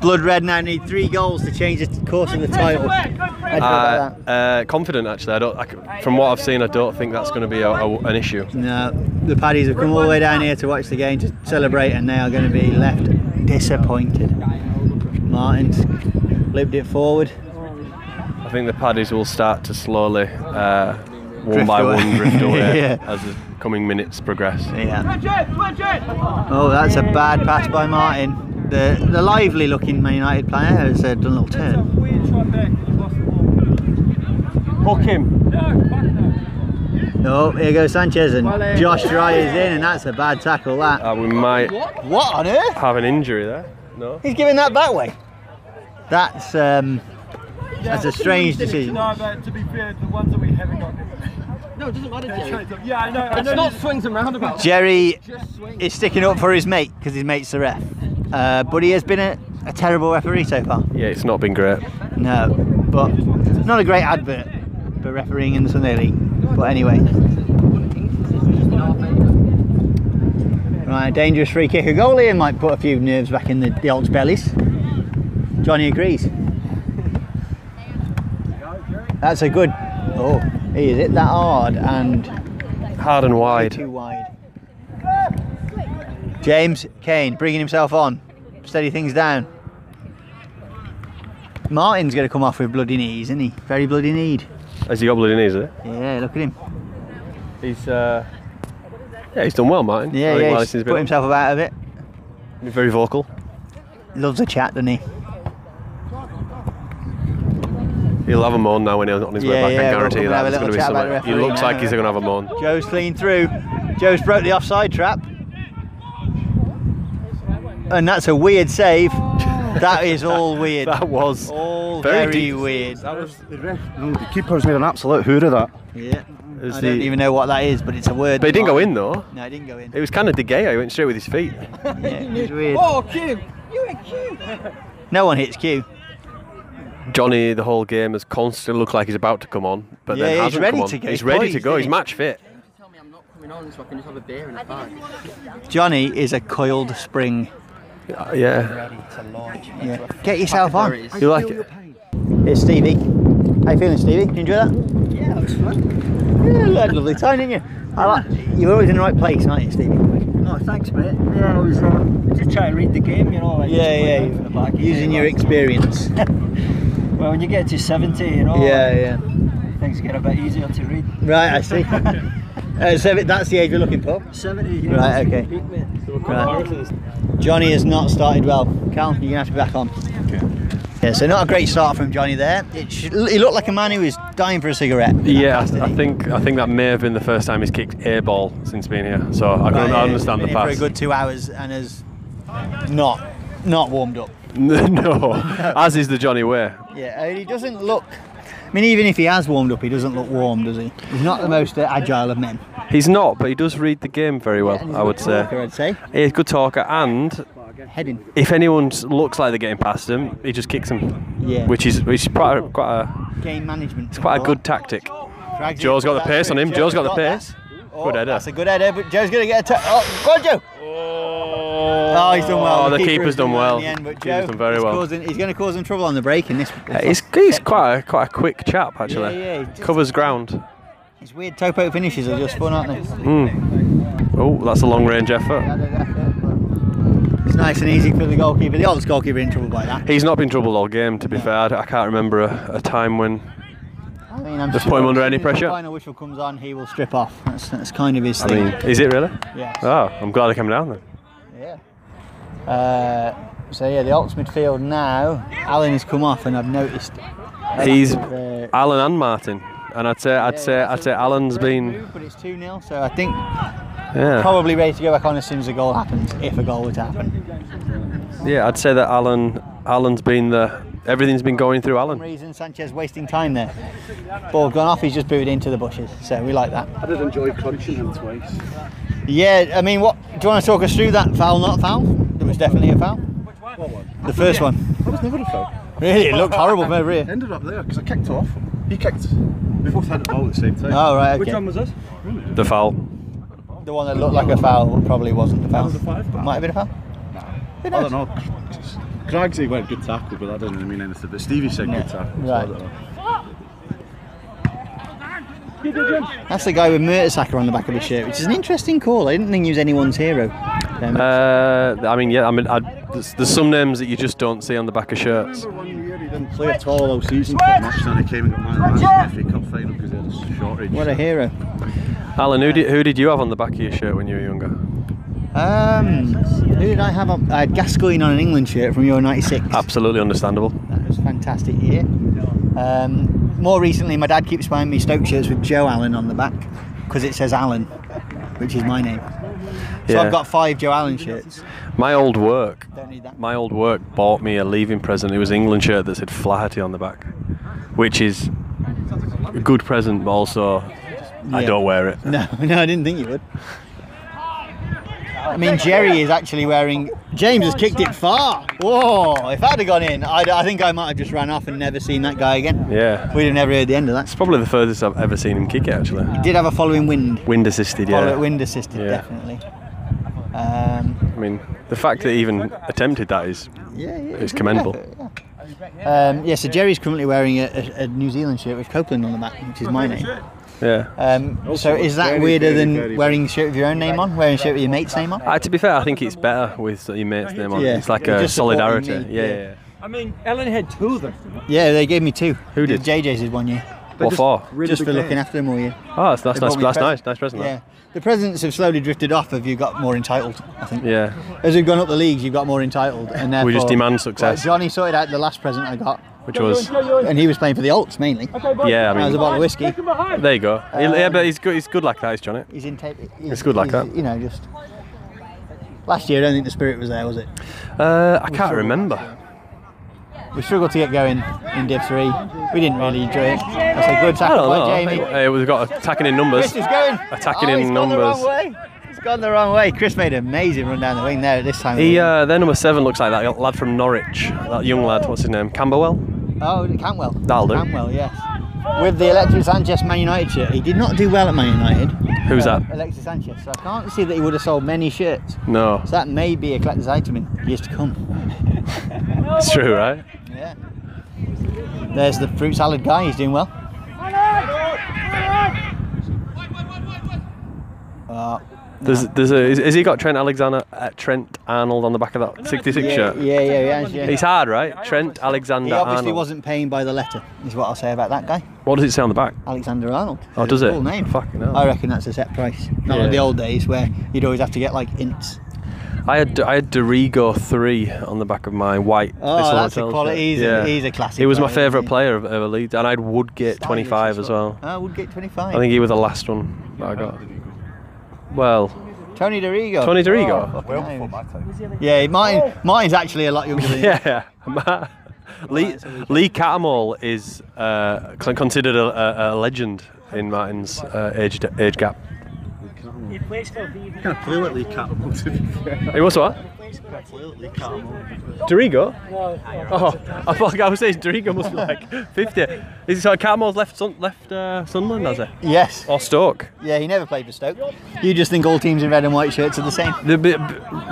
A: Blood Red now need three goals to change the course of the title. I
I: Uh,
A: feel like
I: uh, confident actually. I don't. I c from what I've seen, I don't think that's going to be a, a, an issue.
A: that. No, the Paddies have come all the way down here to watch the game to celebrate, and they are going to be left disappointed. Martins lipped it forward.
I: I think the Paddies will start to slowly, uh, one
A: Drift
I: by
A: away.
I: one, drift away
A: Yeah.
I: as the coming minutes progress.
A: Yeah. Oh, that's a bad pass by Martin. The the lively looking Man United player has uh, done a little turn.
I: Hook him.
A: No, Oh, here goes Sanchez and Josh Dry is in, and that's a bad tackle. That.
I: Uh, we might
A: What on earth?
I: have an injury there. No.
A: He's giving that back way. That's um, that's a strange decision.
H: No, but to be fair, the ones that we haven't got.
C: No, it doesn't matter, Jerry.
H: Yeah, I know. I
C: It's
H: know
C: not
H: you-
C: swings and roundabouts.
A: Jerry
C: Just swing.
A: is sticking up for his mate because his mate's the ref, uh, but he has been a, a terrible referee so far.
I: Yeah, it's not been great.
A: No, but not a great advert for refereeing in the Sunday League. But anyway, right, dangerous free kick. A goal here might put a few nerves back in the, the old bellies. Johnny agrees. That's a good. Oh, he is it that hard and
I: Hard and wide.
A: too wide. James Kane bringing himself on, steady things down. Martin's going to come off with bloody knees, isn't he? Very bloody need.
I: Has he got bloody knees? Is it?
A: Yeah, look at him.
I: He's. Uh, yeah, he's done well, Martin. I
A: Yeah,
I: think
A: yeah,
I: Wilson's
A: he's put
I: been
A: himself about a bit.
I: very vocal.
A: Loves a chat, doesn't he?
I: He'll have a moan now when he's on his
A: Yeah,
I: way back.
A: yeah,
I: I
A: we'll
I: guarantee
A: come
I: you
A: and have
I: that.
A: a
I: There's going
A: little
I: to be
A: chat about
I: something.
A: the
I: He looks
A: referee.
I: like he's going to have a moan.
A: Joe's clean through. Joe's broke the offside trap. And that's a weird save. That is all weird.
I: That was
A: all
I: very
A: very,
I: deep.
A: weird.
D: No, the keeper's made an absolute hoot of that.
A: Yeah.
I: Is
A: I don't
I: the-
A: even know what that is, but it's a word.
I: But he
A: that
I: didn't go
A: Martin-
I: in though.
A: No, it didn't go in.
I: It was kind of De Gea. He went straight with his feet.
A: Yeah, it was weird.
C: Oh, Q. You ain't Q.
A: No one hits Q.
I: Johnny, the whole game has constantly looked like he's about to come on, but
A: Yeah,
I: then
A: he's
I: hasn't
A: ready
I: come on.
A: to go.
I: He's
A: He's
I: ready to
A: poised,
I: go.
A: isn't
I: He's
A: he?
I: match fit.
C: Tell me I'm not coming on so I can just have a beer and a bag.
A: Johnny is a coiled spring.
I: Uh, yeah,
A: Get yourself
C: There
A: on.
C: it is.
I: you like it.
A: It's Stevie. How you feeling, Stevie? Did you enjoy that? Yeah, you had a lovely time, didn't you? I like, you're always in the right place, aren't you, Stevie?
E: Oh, thanks, mate. Yeah, I was um, just trying to read the game, you know. Like, just
A: Yeah,
E: going
A: yeah.
E: out for the back,
A: Using
E: you know,
A: your
E: like-
A: experience.
E: Well, when you get to 70, you know,
A: Yeah, yeah.
E: like, things get a bit easier to read.
A: Right, I see. Uh, so that's the age we're looking for.
E: 70, you know,
A: Right, okay.
E: peak, mate.
A: Right. Johnny has not started well. Cal, you're gonna have to be back on. Yeah, so not a great start from Johnny there. It sh- he looked like a man who was dying for a cigarette. That
I: Yeah,
A: pass,
I: I,
A: didn't
I: I
A: he?
I: think I think that may have been the first time he's kicked a ball since being here. So I can
A: Right, Oh, yeah,
I: I
A: he's
I: understand the
A: been in
I: pass.
A: for a good two hours and has not not warmed up.
I: no, as is the Johnny way.
A: Yeah, and he doesn't look. I mean, even if he has warmed up, he doesn't look warm, does he? He's not the most uh, agile of men.
I: He's not, but he does read the game very well.
A: And he's
I: I
A: a
I: would
A: good
I: say.
A: talker, I'd say
I: He's a good talker, and
A: heading.
I: if anyone s- looks like they're getting past him, he just kicks him,
A: Yeah,
I: which is which is quite a, quite a,
A: game management.
I: it's quite a good tactic. Uh,
A: Drags it,
I: Joe's got the
A: that's
I: pace on
A: good.
I: him. Joe's got the
A: that.
I: pace.
A: Oh,
I: Good header.
A: That's a good header, but Joe's going to get a. ta- oh, go on, Joe!
I: Oh,
A: Oh, he's done well.
I: Oh, the,
A: keeper
I: keeper's
A: has
I: done well.
A: in the end, but
I: keeper's
A: Joe
I: done very
A: is
I: well.
A: causing- he's going to cause him trouble on the break in this.
I: Uh, he's he's quite a, quite a quick chap actually.
A: Yeah, yeah, he's just-
I: Covers ground.
A: His weird topo finishes are just fun, aren't they?
I: Oh, that's a long range effort.
A: It's nice and easy for the goalkeeper. The old goalkeeper in trouble by that.
I: He's not been troubled all game. To be fair, I, I can't remember a, a time when.
A: I mean, I'm
I: Just put him under any
A: as the
I: pressure.
A: Final whistle comes on, he will strip off. That's, that's kind of his
I: I
A: thing.
I: mean, is it really?
A: yeah.
I: Oh, I'm glad I came down then.
A: Yeah. Uh, so yeah, the Ox midfield now. Alan has come off, and I've noticed.
I: He's
A: Uh,
I: Alan and Martin, and I'd say I'd say I'd say Alan's been
A: But it's 2 0, so I think
I: yeah
A: probably ready to go back on as soon as a goal happens, if a goal were to happen.
I: yeah I'd say that Alan Alan's been the everything's been going through
A: For some
I: Alan.
A: reason, Sanchez wasting time there. Ball gone off, he's just booted into the bushes, so we like that.
E: I did enjoy crunching him twice.
A: Yeah, I mean, what do you want to talk us through that foul, not foul? There was definitely a foul. The first one.
E: I was never a foul.
A: Really, it looked horrible from over
E: It
A: here.
E: ended up there because I kicked off. He kicked. We both had the ball at the same time.
A: Oh, right, okay.
F: Which one was this?
I: The foul.
A: The one that looked like a foul probably wasn't a foul.
F: was a five.
A: Might have been a foul.
E: I don't know. Cragsy went good tackle, but that doesn't really mean anything. But Stevie said good tackle. So I
A: Right.
E: don't know.
A: That's the guy with Mertesacker on the back of his shirt, which is an interesting call. I didn't think he was anyone's hero. Um,
I: Uh, I mean, yeah. I mean, I, there's, there's some names that you just don't see on the back of shirts.
E: One year he didn't play at all all
A: oh,
E: season pretty much, and he came and got man of the match in the FA Cup final because he had a shortage.
A: what a hero.
I: Alan, who did, who did you have on the back of your shirt when you were younger?
A: Um, who did I have on? I had Gascoigne on an England shirt from Euro 96.
I: Absolutely understandable.
A: That was a fantastic year. Um, more recently, my dad keeps buying me Stoke shirts with Joe Allen on the back because it says Allen, which is my name. So
I: Yeah.
A: I've got five Joe Allen shirts.
I: My old work.
A: Don't need that.
I: My old work bought me a leaving present. It was an England shirt that said Flaherty on the back, which is a good present, but also I
A: Yeah.
I: don't wear it.
A: No, no, I didn't think you would. I mean, Jerry is actually wearing. James has kicked it far. Whoa! If I'd have gone in, I'd, I think I might have just ran off and never seen that guy again.
I: Yeah.
A: We'd have never heard the end of that.
I: It's probably the furthest I've ever seen him kick it, actually.
A: Did have a following wind.
I: Wind assisted, yeah.
A: Follow, wind assisted,
I: Yeah.
A: definitely. Um,
I: I mean, the fact that he even attempted that is
A: yeah, yeah,
I: It's
A: good
I: commendable.
A: effort, yeah. Um, yeah, so Jerry's currently wearing a, a, a New Zealand shirt with Copeland on the back, which is my name.
I: Yeah.
A: Um, so is that
E: very,
A: weirder
E: very,
A: than
E: very-
A: wearing a shirt with your own name on, wearing a shirt with your mate's name on?
I: Uh, to be fair, I think it's better uh, with your mate's name on.
A: Yeah.
I: It's like
A: You're
I: a
A: just supporting
I: solidarity.
A: me,
I: Yeah,
A: yeah.
I: yeah,
F: I mean, Ellen had two of them.
A: Yeah, they gave me two. Who
I: did?
A: JJ's did one year.
I: yeah. What for?
A: just for looking after him all year.
I: Oh, that's, that's
A: They
I: nice.
A: bought me a
I: That's nice.
A: present.
I: Nice present.
A: Yeah.
I: that.
A: The presidents have slowly drifted off Have you got more entitled, I think.
I: Yeah.
A: As we've gone up the leagues, you've got more entitled. and therefore,
I: We just demand success.
A: Like, Johnny sorted out the last present I got,
I: Which was.
A: and he was playing for the Alts mainly.
I: Yeah, I
A: That was a
I: mean,
A: bottle of whiskey.
I: there you go. yeah, but he's good. He's good like that, is Johnny.
A: He's in tape. he's-
I: It's good like
A: he's,
I: that.
A: You know, just. Last year, I don't think the spirit was there, was it?
I: Uh, I can't remember.
A: We struggled to get going in Div 3. We didn't really enjoy it. That's a good
I: I
A: tackle
I: don't know.
A: by
I: I
A: Jamie.
I: think, uh, we've got attacking in numbers.
A: Chris is going.
I: Attacking
A: oh,
I: in
A: he's gone the
I: numbers.
A: wrong way. He's gone the wrong way. Chris made an amazing run down the wing there at this time. of
I: He,
A: the
I: uh, their number seven looks like that lad from Norwich. That young lad. What's his name? Camberwell.
A: Oh, Cantwell.
I: That'll do.
A: Cantwell, yes. With the Alexis Sanchez Man United shirt, he did not do well at Man United.
I: Who's
A: Uh,
I: that?
A: Alexis Sanchez. So I can't see that he would have sold many shirts.
I: No,
A: So that may be a collector's item in years to come.
I: it's true, right?
A: Yeah. There's the fruit salad guy. He's doing well. Uh,
I: There's, there's a. Is, has he got Trent Alexander, uh, Trent Arnold on the back of that 66
A: yeah,
I: shirt?
A: yeah, yeah, he has, yeah.
I: He's hard, right? Trent Alexander
A: he obviously
I: Arnold.
A: wasn't paying by the letter, is what I'll say about that guy,
I: What does it say on the back?
A: Alexander Arnold.
I: Oh,
A: His
I: does it?
A: Full name.
I: Fucking hell.
A: I reckon that's a set price. Not
I: Yeah.
A: like the old days where you'd always have to get like ints.
I: I had I had Dorigo three on the back of my white.
A: Oh,
I: Thistle
A: that's a
I: Hotel
A: quality-
I: shirt.
A: he's a- he's a classic
I: He was my
A: player, isn't
I: favourite
A: he?
I: player of, of a lead, and I had Woodgate twenty five as well.
A: I would get 25.
I: I think he was the last one that I got. Well,
A: Tony DeRigo.
I: Tony
A: Oh,
I: Dorigo.
A: fucking hell. Yeah, mine, mine's actually a lot younger than yeah.
I: Yeah. Lee Lee Catamol is uh, con- considered a, a, a legend in Martin's uh, age d- age gap.
E: Kind of fluently capable to be fair.
I: He was what?
E: Fluently capable.
I: Dorigo? Oh, I thought I was saying Dorigo must be like 50. Is it so Catamol's left Sun- left uh, Sunderland, has he?
A: Yes.
I: Or Stoke?
A: Yeah, he never played for Stoke. You just think all teams in red and white shirts are the same.
I: The, b- b-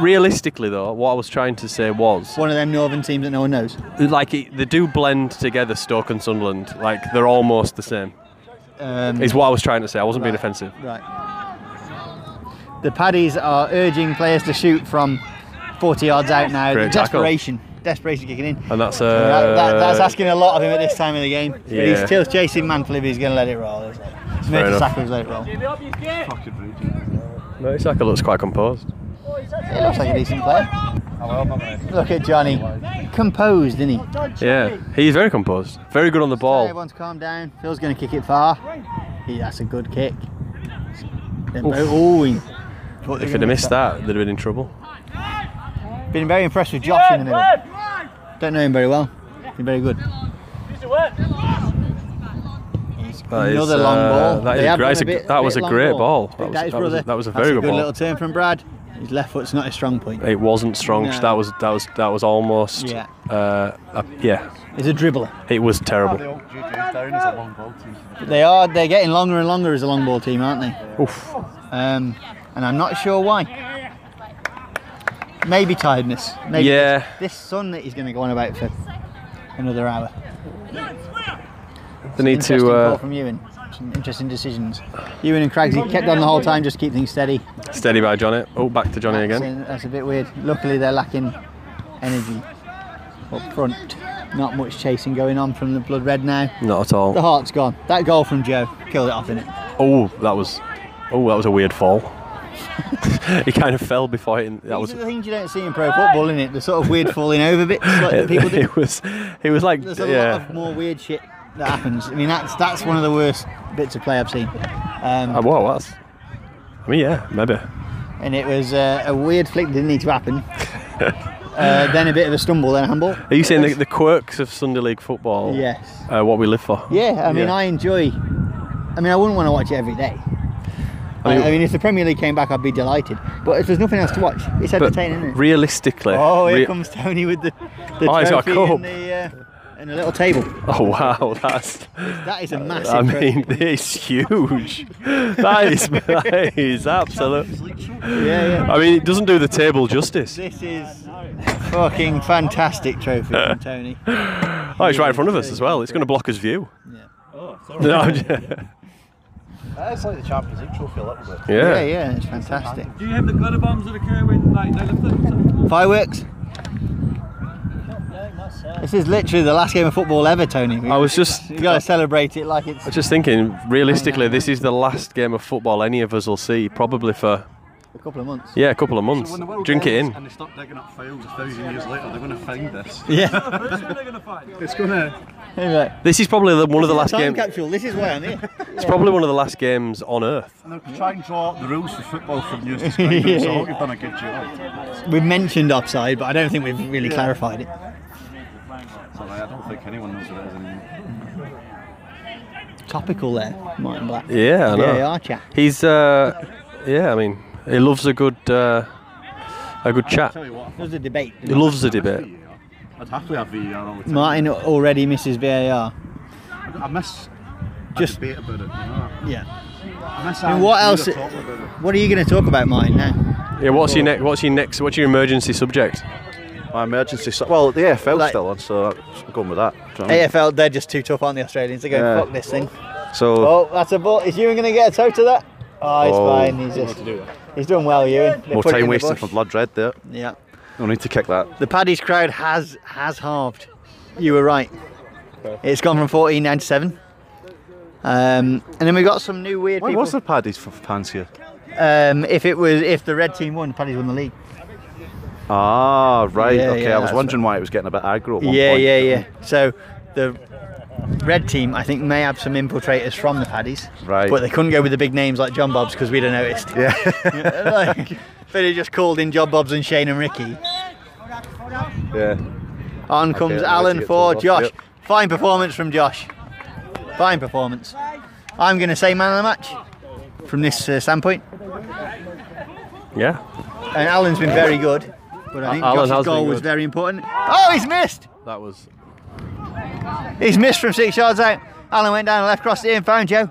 I: realistically, though, what I was trying to say was
A: One of them northern teams that no one knows.
I: like it, they do blend together Stoke and Sunderland. Like they're almost the same.
A: Um,
I: Is what I was trying to say. I wasn't being offensive.
A: right. The Paddies are urging players to shoot from 40 yards out now.
I: Great tackle.
A: Desperation. Desperation kicking in.
I: And that's uh,
A: That- that- that's asking a lot of him at this time of the game. But
I: Yeah.
A: he's still chasing Mantle if he's going to let it roll. Isn't it?
I: fair enough.
A: Mertesacker let it roll.
I: Mertesacker looks quite composed.
A: He looks like a decent player. Look at Johnny. Composed, isn't he?
I: Yeah, he's very composed. Very good on the ball.
A: Everyone's calmed down. Phil's going to kick it far. He, that's a good kick. Then
I: Oof.
A: Bo- Oh, he-
I: If he'd have missed that, they'd have been in trouble.
A: Been very impressed with Josh in the middle. Don't know him very well. He's very good.
I: That is,
A: Another
I: uh,
A: long ball.
I: That,
A: They
I: is
A: have done
I: great. That's a-
A: bit-
I: that was a
A: bit long
I: great ball.
A: Big
I: That was,
A: Daddy's
I: that was-
A: brother.
I: that was a
A: That's
I: very good
A: little
I: ball.
A: turn from Brad. His left foot's not his strong point.
I: It wasn't strong.
A: No.
I: That was that was that was almost.
A: Yeah.
I: Uh, uh, yeah.
A: He's a dribbler.
I: It was terrible.
E: old GG's down as a long ball team.
A: They are. They're getting longer and longer as a long ball team, aren't they? Oof. Um, and I'm not sure why. Maybe tiredness. Maybe
I: Yeah.
A: This sun that he's going to go on about for another hour.
I: They need
A: Interesting
I: to.
A: call
I: Uh,
A: from Ewan. Some interesting decisions. Ewan and Craigsy kept on the whole time, just keep things steady.
I: steady by Johnny. Oh, back to Johnny
A: That's,
I: again.
A: that's a bit weird. Luckily, they're lacking energy up front. Not much chasing going on from the blood red now.
I: Not at
A: The
I: all.
A: heart's gone. That goal from Joe killed it off, innit?
I: Oh, that was. Oh, that was a weird fall. he kind of fell before it. That was.
A: These are the things you don't see in pro football, innit? The sort of weird falling over bits like that people
I: It,
A: do.
I: it was. It was like.
A: There's a lot
I: Yeah.
A: of more weird shit that happens. I mean, that's that's one of the worst bits of play I've seen. Um,
I: Uh, Whoa, that's. I mean, yeah, maybe.
A: and it was uh, a weird flick that didn't need to happen. uh, then a bit of a stumble, then a handball.
I: Are you saying the, the quirks of Sunday League football?
A: Yes.
I: Uh, what we live for.
A: Yeah, I mean, I enjoy. I mean, I wouldn't want to watch it every day. I
I: I
A: mean,
I: mean-
A: I mean, if the Premier League came back, I'd be delighted. But if there's nothing else to watch, it's
I: But
A: entertaining, isn't it?
I: realistically.
A: oh, here
I: rea-
A: comes Tony with the, the
I: Oh, he's got a
A: trophy and
I: cup.
A: the uh, and a little table.
I: Oh wow, that's.
A: That is a massive.
I: I
A: trophy.
I: mean, it's huge. that is, that is absolute.
A: yeah, yeah.
I: I mean, it doesn't do the table justice.
A: This is fucking fantastic trophy from Tony.
I: Oh, it's right in front of us as well. It's going to block his view. No, I'm j- yeah.
D: That's like the Champions League trophy a little bit.
A: Yeah, yeah, it's fantastic.
H: Do you have the glitter bombs that occur when like, they lift it?
A: Fireworks. This is literally the last game of football ever, Tony.
I: I was just,
A: You
I: I
A: gotta celebrate it like it's
I: was just thinking. Realistically, this is the last game of football any of us will see, probably for
A: a couple of months.
I: yeah, a couple of months.
E: When the world
I: Drink it
E: ends
I: in.
E: And they start digging up files a thousand years later, they're going to find this.
A: Yeah.
H: That's what they're going to find.
E: It's going to.
A: Anyway,
I: This is probably the, one of the last
A: time
I: games.
A: capsule. This is why I'm here.
I: It's probably one of the last games on earth.
E: Try and draw out the rules for football from you. yeah. So you've done a good job.
A: we've mentioned offside, but I don't think we've really clarified it.
E: So like, I don't think anyone knows what it is anymore.
A: Topical there, Martin Black.
I: Yeah, I know.
A: VAR chat.
I: He's uh, yeah. I mean, he loves a good uh, a good chat.
E: Tell you what,
A: There's a debate.
I: He loves a debate.
E: I'd happily have VAR all the time.
A: Martin already misses VAR.
E: I miss.
A: Just-
E: Just debate about it. You know?
A: Yeah.
E: I miss
A: And
E: having
A: what
E: to
A: else-
E: talk about it.
A: What are you going to talk about, Martin? Now,
I: Yeah. What's your next? What's your next? What's your emergency subject?
D: My emergency. So- well, the AFL's
A: Like-
D: still on, so I'm going with that. Do you know what I mean?
A: AFL, they're just too tough on the Australians. They're going
D: Yeah.
A: fuck this thing.
D: So
A: Oh, that's a ball. Is Ewan going to get a toe to that? Oh, it's
D: Oh.
A: fine. He's just he's done well, Ewan. They
D: more
A: put it
D: time
A: in the
D: wasted
A: bush.
D: for blood red there.
A: Yeah.
D: No need to kick that.
A: The Paddy's crowd has has halved. You were right. It's gone from 14.97. Um, and then we got some new weird
D: Why
A: people.
D: was there paddies for fans here?
A: um, if it was if the red team won, Paddy's won the league.
D: Ah, right.
A: Yeah,
D: okay,
A: yeah,
D: I was
A: that's
D: wondering why it was getting a bit aggro at one
A: Yeah,
D: point.
A: yeah, yeah. So the red team, I think, may have some infiltrators from the Paddies.
D: Right.
A: But they couldn't go with the big names like John Bobs because we'd have noticed.
D: Yeah,
A: like, but he just called in John Bobs and Shane and Ricky.
D: yeah.
A: On comes
D: I'd like to
A: Alan
D: get
A: for
D: told off,
A: Josh.
D: yep.
A: Fine performance from Josh. Fine performance. I'm going to say man of the match from this uh, standpoint.
I: Yeah.
A: And Alan's been very good. But I think
I: Alan
A: Josh's
I: has been
A: goal was
I: good.
A: very important. Oh, he's missed!
I: That was
A: He's missed from six yards out. Alan went down and left crossed it in, found Joe.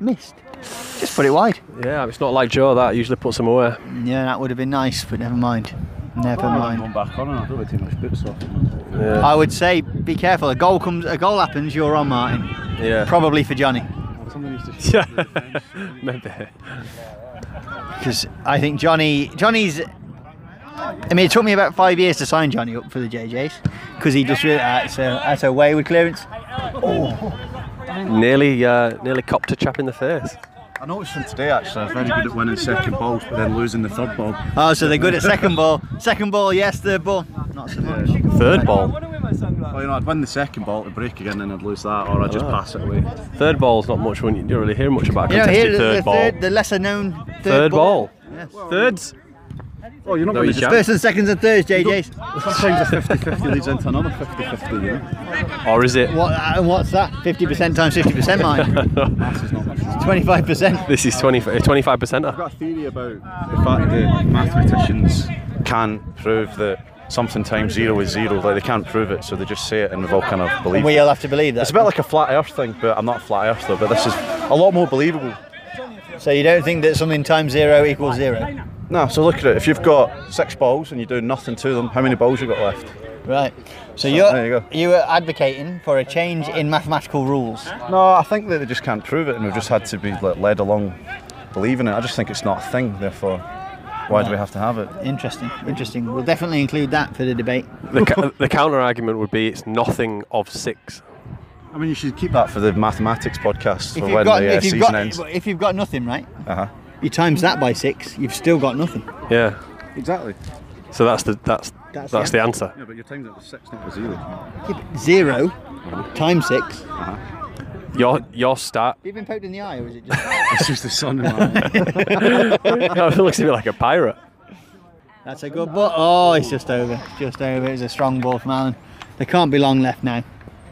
A: Missed. Just put it wide.
I: Yeah, it's not like Joe that usually puts him away.
A: Yeah, that would have been nice, but never mind. Never
E: I'm
A: mind.
E: going back on and I don't have too much boots off.
A: I would say be careful. A goal comes, a goal happens. You're on, Martin.
I: Yeah.
A: Probably for Johnny,
E: Something used to shoot.
I: Yeah. Maybe.
A: because I think Johnny, Johnny's. I mean, it took me about five years to sign Johnny up for the JJs, because he just really that's a that's a wayward clearance.
I: Nearly, uh, nearly copped a chap in the face.
E: I noticed them today actually, they're very good at winning second balls but then losing the third ball.
A: Oh, so they're good at second ball. Second ball, yes. Third ball, not so much.
I: Third
H: I
I: ball.
H: want to wear my sunglasses.
E: Well, you know, I'd win the second ball to break again and I'd lose that or I'd just
J: Ah.
E: pass it away.
I: Third ball's not much when you don't really hear much about a
A: You know,
I: contested
A: here the,
I: third
A: the
I: ball.
A: third, the lesser known third,
I: Third ball.
A: Yes.
I: Thirds.
J: Oh, you're not
I: No,
J: going
I: you
J: to
I: can't.
A: First and seconds and thirds, JJs.
J: Sometimes a 50-50 leads into another 50-50, you know?
I: Or is it?
A: What, uh, what's that? 50% times 50%, mine.
J: Maths is not my strong.
A: 25%.
I: This is 20, 25 percent.
J: I've got a theory about the fact that mathematicians
E: Can't prove that something times zero is zero. Like they can't prove it, so they just say it, and we've all kind of believed.
A: We all have to believe that.
E: It's a bit like a flat Earth thing, but I'm not a flat Earth though. But this is a lot more believable.
A: so you don't think that something times zero equals zero?
E: No, so look at it. If you've got six balls and you do nothing to them, how many balls you got left?
A: Right. So you're
E: there you go.
A: you were advocating for a change in mathematical rules.
E: No, I think that they just can't prove it, and we've just had to be like, led along believing it. I just think it's not a thing. Therefore, why do we have to have it?
A: Interesting. Interesting. We'll definitely include that for the debate.
I: The, ca- the counter argument would be it's nothing of six.
J: I mean, you should keep
E: That for the mathematics podcast
A: If
E: for
A: you've
E: when
A: got
E: the uh,
A: if you've
E: season
A: got
E: ends.
A: if you've got nothing, right?
E: Uh-huh.
A: You times that by six, you've still got nothing.
I: Yeah.
J: Exactly.
I: So that's the that's
A: That's
I: that's,
A: the
I: the answer.
J: Yeah, but your times it was six, not was zero.
A: Yeah, but Zero times six.
I: Your your stat
A: Have you been poked in the eye, or is it just?
J: It's just the sun in my eye.
I: it looks a bit like a pirate.
A: That's a good ball. Oh, it's just over. It's just over. It was a strong ball from Alan. There can't be long left now.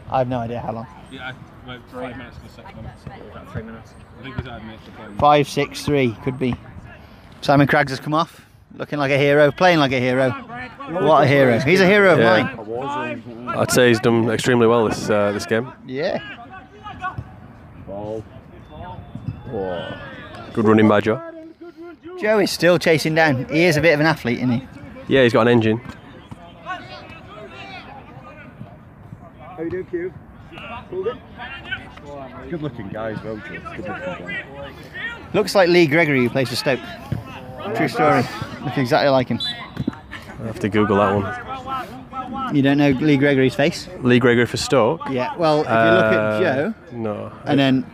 A: I have no idea how long.
G: Yeah, I went three minutes to six minutes.
K: About three minutes.
G: I think he's had minutes to play.
A: Five, six, three could be. Simon Craggs has come off, looking like a hero, playing like a hero. What a hero! He's a hero of
I: Yeah.
A: mine.
I: I'd say he's done extremely well this uh, this game.
A: Yeah.
I: Good running by Joe.
A: Joe is still chasing down. He is a bit of an athlete, isn't he?
I: Yeah, he's got an engine.
J: Good looking guy as well, Joe. Good looking guy.
A: Looks like Lee Gregory who plays for Stoke. True story. Look exactly like him.
I: I have to Google that one.
A: You don't know Lee Gregory's face?
I: Lee Gregory for Stoke.
A: Yeah. Well, if you look
I: Uh,
A: at Joe,
I: No.
A: and then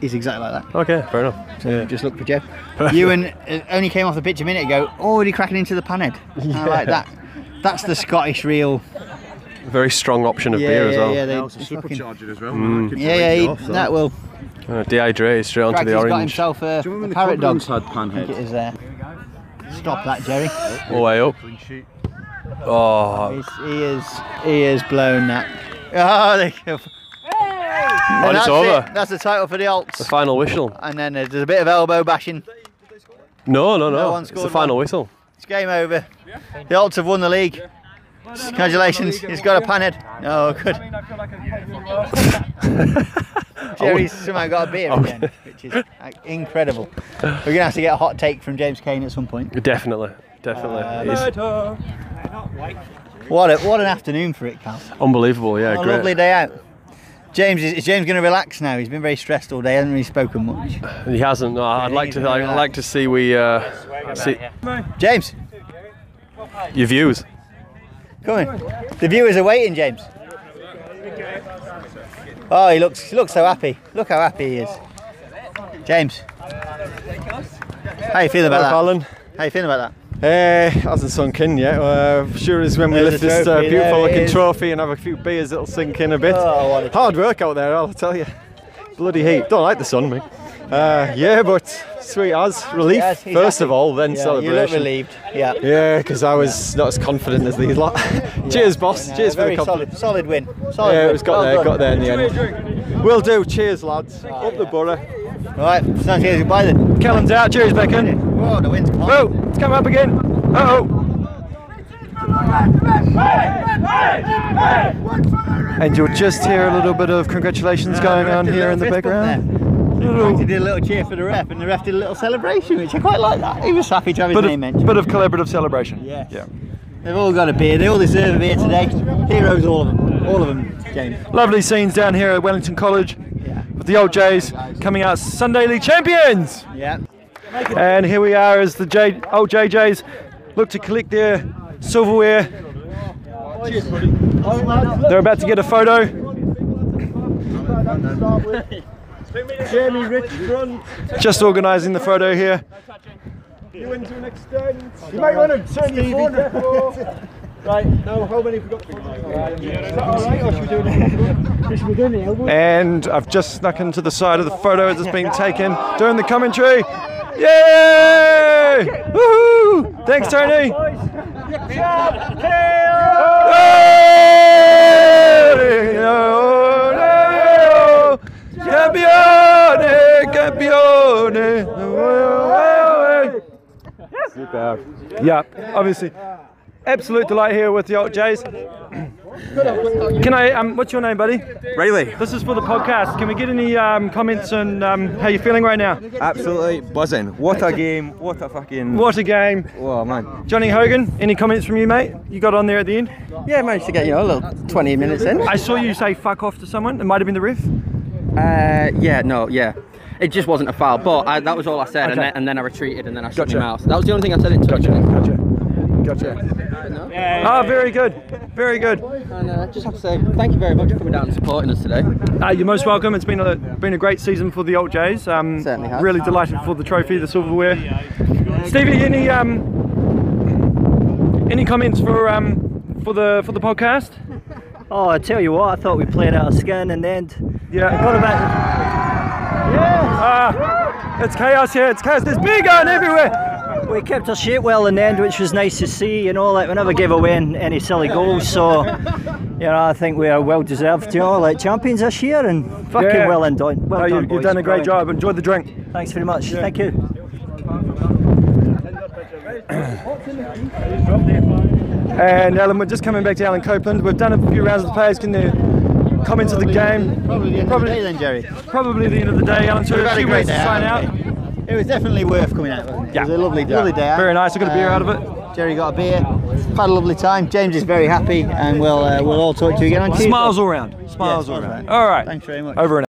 A: he's exactly like that.
I: Okay, fair enough.
A: So just look for Jeff. Ewan uh, only came off the pitch a minute ago, Oh, already cracking into the panhead. I like that. That's the Scottish real.
I: Very strong option of
A: yeah,
I: beer
A: yeah,
I: as well.
A: yeah, they,
J: That was a
A: they fucking-
J: supercharger as well. man. I could
A: yeah,
J: drink
A: yeah,
J: you
A: he,
J: off
A: that. will.
I: Uh, dehydrated straight onto
A: Craig,
I: the
A: has got
I: orange.
A: himself a,
J: Do you
A: a
J: remember when
A: parrot
J: the
A: dog.
J: Cubs had panhead?
A: It is there. uh, Stop that, Jerry.
I: All way up.
J: Clean sheet.
I: Oh,
A: He's, he is. He is blown that. Oh, they and
I: and
A: that's
I: it's
A: it.
I: over.
A: That's the title for the
I: The
A: alts.
I: final whistle.
A: And then uh, there's a bit of elbow bashing.
I: No, no,
A: No
I: no.
A: one
I: it's
A: scored
I: the final
A: one.
I: whistle.
A: It's game over. The alts have won the league. Congratulations. He's got a panhead. Oh, good.
G: I mean, I feel like I've played really
A: Jerry's somehow got a
I: Oh.
A: beer again, which is like, incredible. We're going to have to get a hot take from James Kane at some point.
I: Definitely, definitely.
B: Uh,
I: it's
G: well.
A: What a, what an afternoon for it, Cal.
I: unbelievable. Yeah,
A: What a
I: great.
A: lovely day out. James is, is James going to relax now? He's been very stressed all day. Hasn't really spoken much.
I: He hasn't. No, I'd
A: Yeah,
I: like
A: he's
I: to.
A: very
I: I'd like to see we uh, see
A: James,
I: your views.
A: come in. The viewers are waiting, James. Oh, he looks he looks so happy. Look how happy he is. James, how you feeling about
B: Colin.
A: that? How you feeling about that?
B: Uh, hasn't sunk in yet. Uh, sure is when we
A: There's
B: lift
A: the
B: this uh,
A: trophy, there
B: beautiful
A: it
B: looking
A: is.
B: trophy and have a few beers, it'll sink in a bit.
A: Oh, what a-
B: Hard work out there, I'll tell you. Bloody heat. Don't like the sun, me. Uh, yeah, but sweet as relief
A: Yes, he's
B: first
A: happy.
B: of all, then
A: Yeah, you look
B: celebration.
A: relieved. Yeah.
B: Yeah, because I was not as confident as these lot. cheers, boss.
A: No,
B: cheers for
A: very
B: the compliment.
A: solid, solid win. Solid
B: Yeah,
A: win.
B: it was got
A: Well
B: there,
A: done.
B: got there in the end. Will do. Cheers, lads. Up the borough.
A: Right, it's time to say goodbye then.
B: Callum's out. Cheers, Bacon.
A: Whoa, the wind's come on.
B: Oh, it's come up again. Uh oh. And you'll just hear a little bit of congratulations going on here in the background.
A: He did a little cheer for the ref, and the ref did a little celebration, which I quite like that. He was happy to have his
B: Bit
A: name
B: of,
A: mentioned.
B: bit of collaborative celebration.
A: Yes.
B: Yeah.
A: They've all got a beer. They all deserve a beer today. Heroes, all of them. All of them, James.
B: Lovely scenes down here at Wellington College
A: Yeah.
B: with the old Jays coming out Sunday League champions.
A: Yeah.
B: And here we are as the J- old JJs look to collect their silverware. They're about to get a photo. Just organising the photo here. And I've just snuck into the side of the photo as it's being taken during the commentary. Yay! Woohoo! Thanks, Tony. Campione, campione. Super. Yeah, obviously. Absolute delight here with the old Jays. Can I? Um, what's your name, buddy?
L: Riley.
B: This is for the podcast. Can we get any um, comments on um, how you're feeling right now?
L: Absolutely buzzing. What a game. What a fucking.
B: What a game.
L: Oh, man.
B: Johnny Hogan, any comments from you, mate? You got on there at the end? Yeah, managed to get you know, a little 20 minutes in. I saw you say fuck off to someone. It might have been the ref.
C: Uh, yeah, no, yeah. It just wasn't a foul, but I, that was all I said, and,
B: Okay.
C: then, and then I retreated, and then I shut
B: Gotcha.
C: my mouth. That was the only thing I said in touch.
B: Gotcha, gotcha, gotcha. Ah, very good, very good.
C: And uh, just have to say thank you very much for coming down and supporting us today.
B: Uh, you're most welcome. It's been a been a great season for the Old Jays. Um,
C: Certainly has.
B: Really delighted for the trophy, the silverware. Stevie, any um, any comments for um, for the for the podcast?
M: Oh, I tell you what, I thought we played our skin and then
B: yeah.
M: What about
B: Ah, it's chaos here. It's chaos. There's beer going everywhere.
M: we kept our shape well in the end, which was nice to see. You know, like we never gave away an- any silly goals, so you know I think we are well deserved. You know, like champions this year and fucking
B: Yeah.
M: well and done. Well
B: No, you-
M: done,
B: you've
M: boys.
B: done a great
M: Brilliant.
B: job. Enjoyed the drink.
M: Thanks very much. Thank you.
B: And Alan, we're just coming back to Alan Copeland. We've done a few rounds of the players. Can you comment to the game? Probably the end of the day then,
A: Jerry.
B: Probably the end of the day, Alan. So
A: We've
B: a
A: had a
B: few
A: great
B: ways to
A: day,
B: sign out.
A: haven't It was definitely worth coming out. Wasn't it? it was a lovely day. Lovely day. out.
B: Very nice. I got a beer out of it.
A: Jerry got a beer. Had a lovely time. James is very happy, and we'll uh, we'll all talk to you again on Tuesday.
B: Smiles all round. Smiles all round. All right.
A: Thanks very much.
B: Over and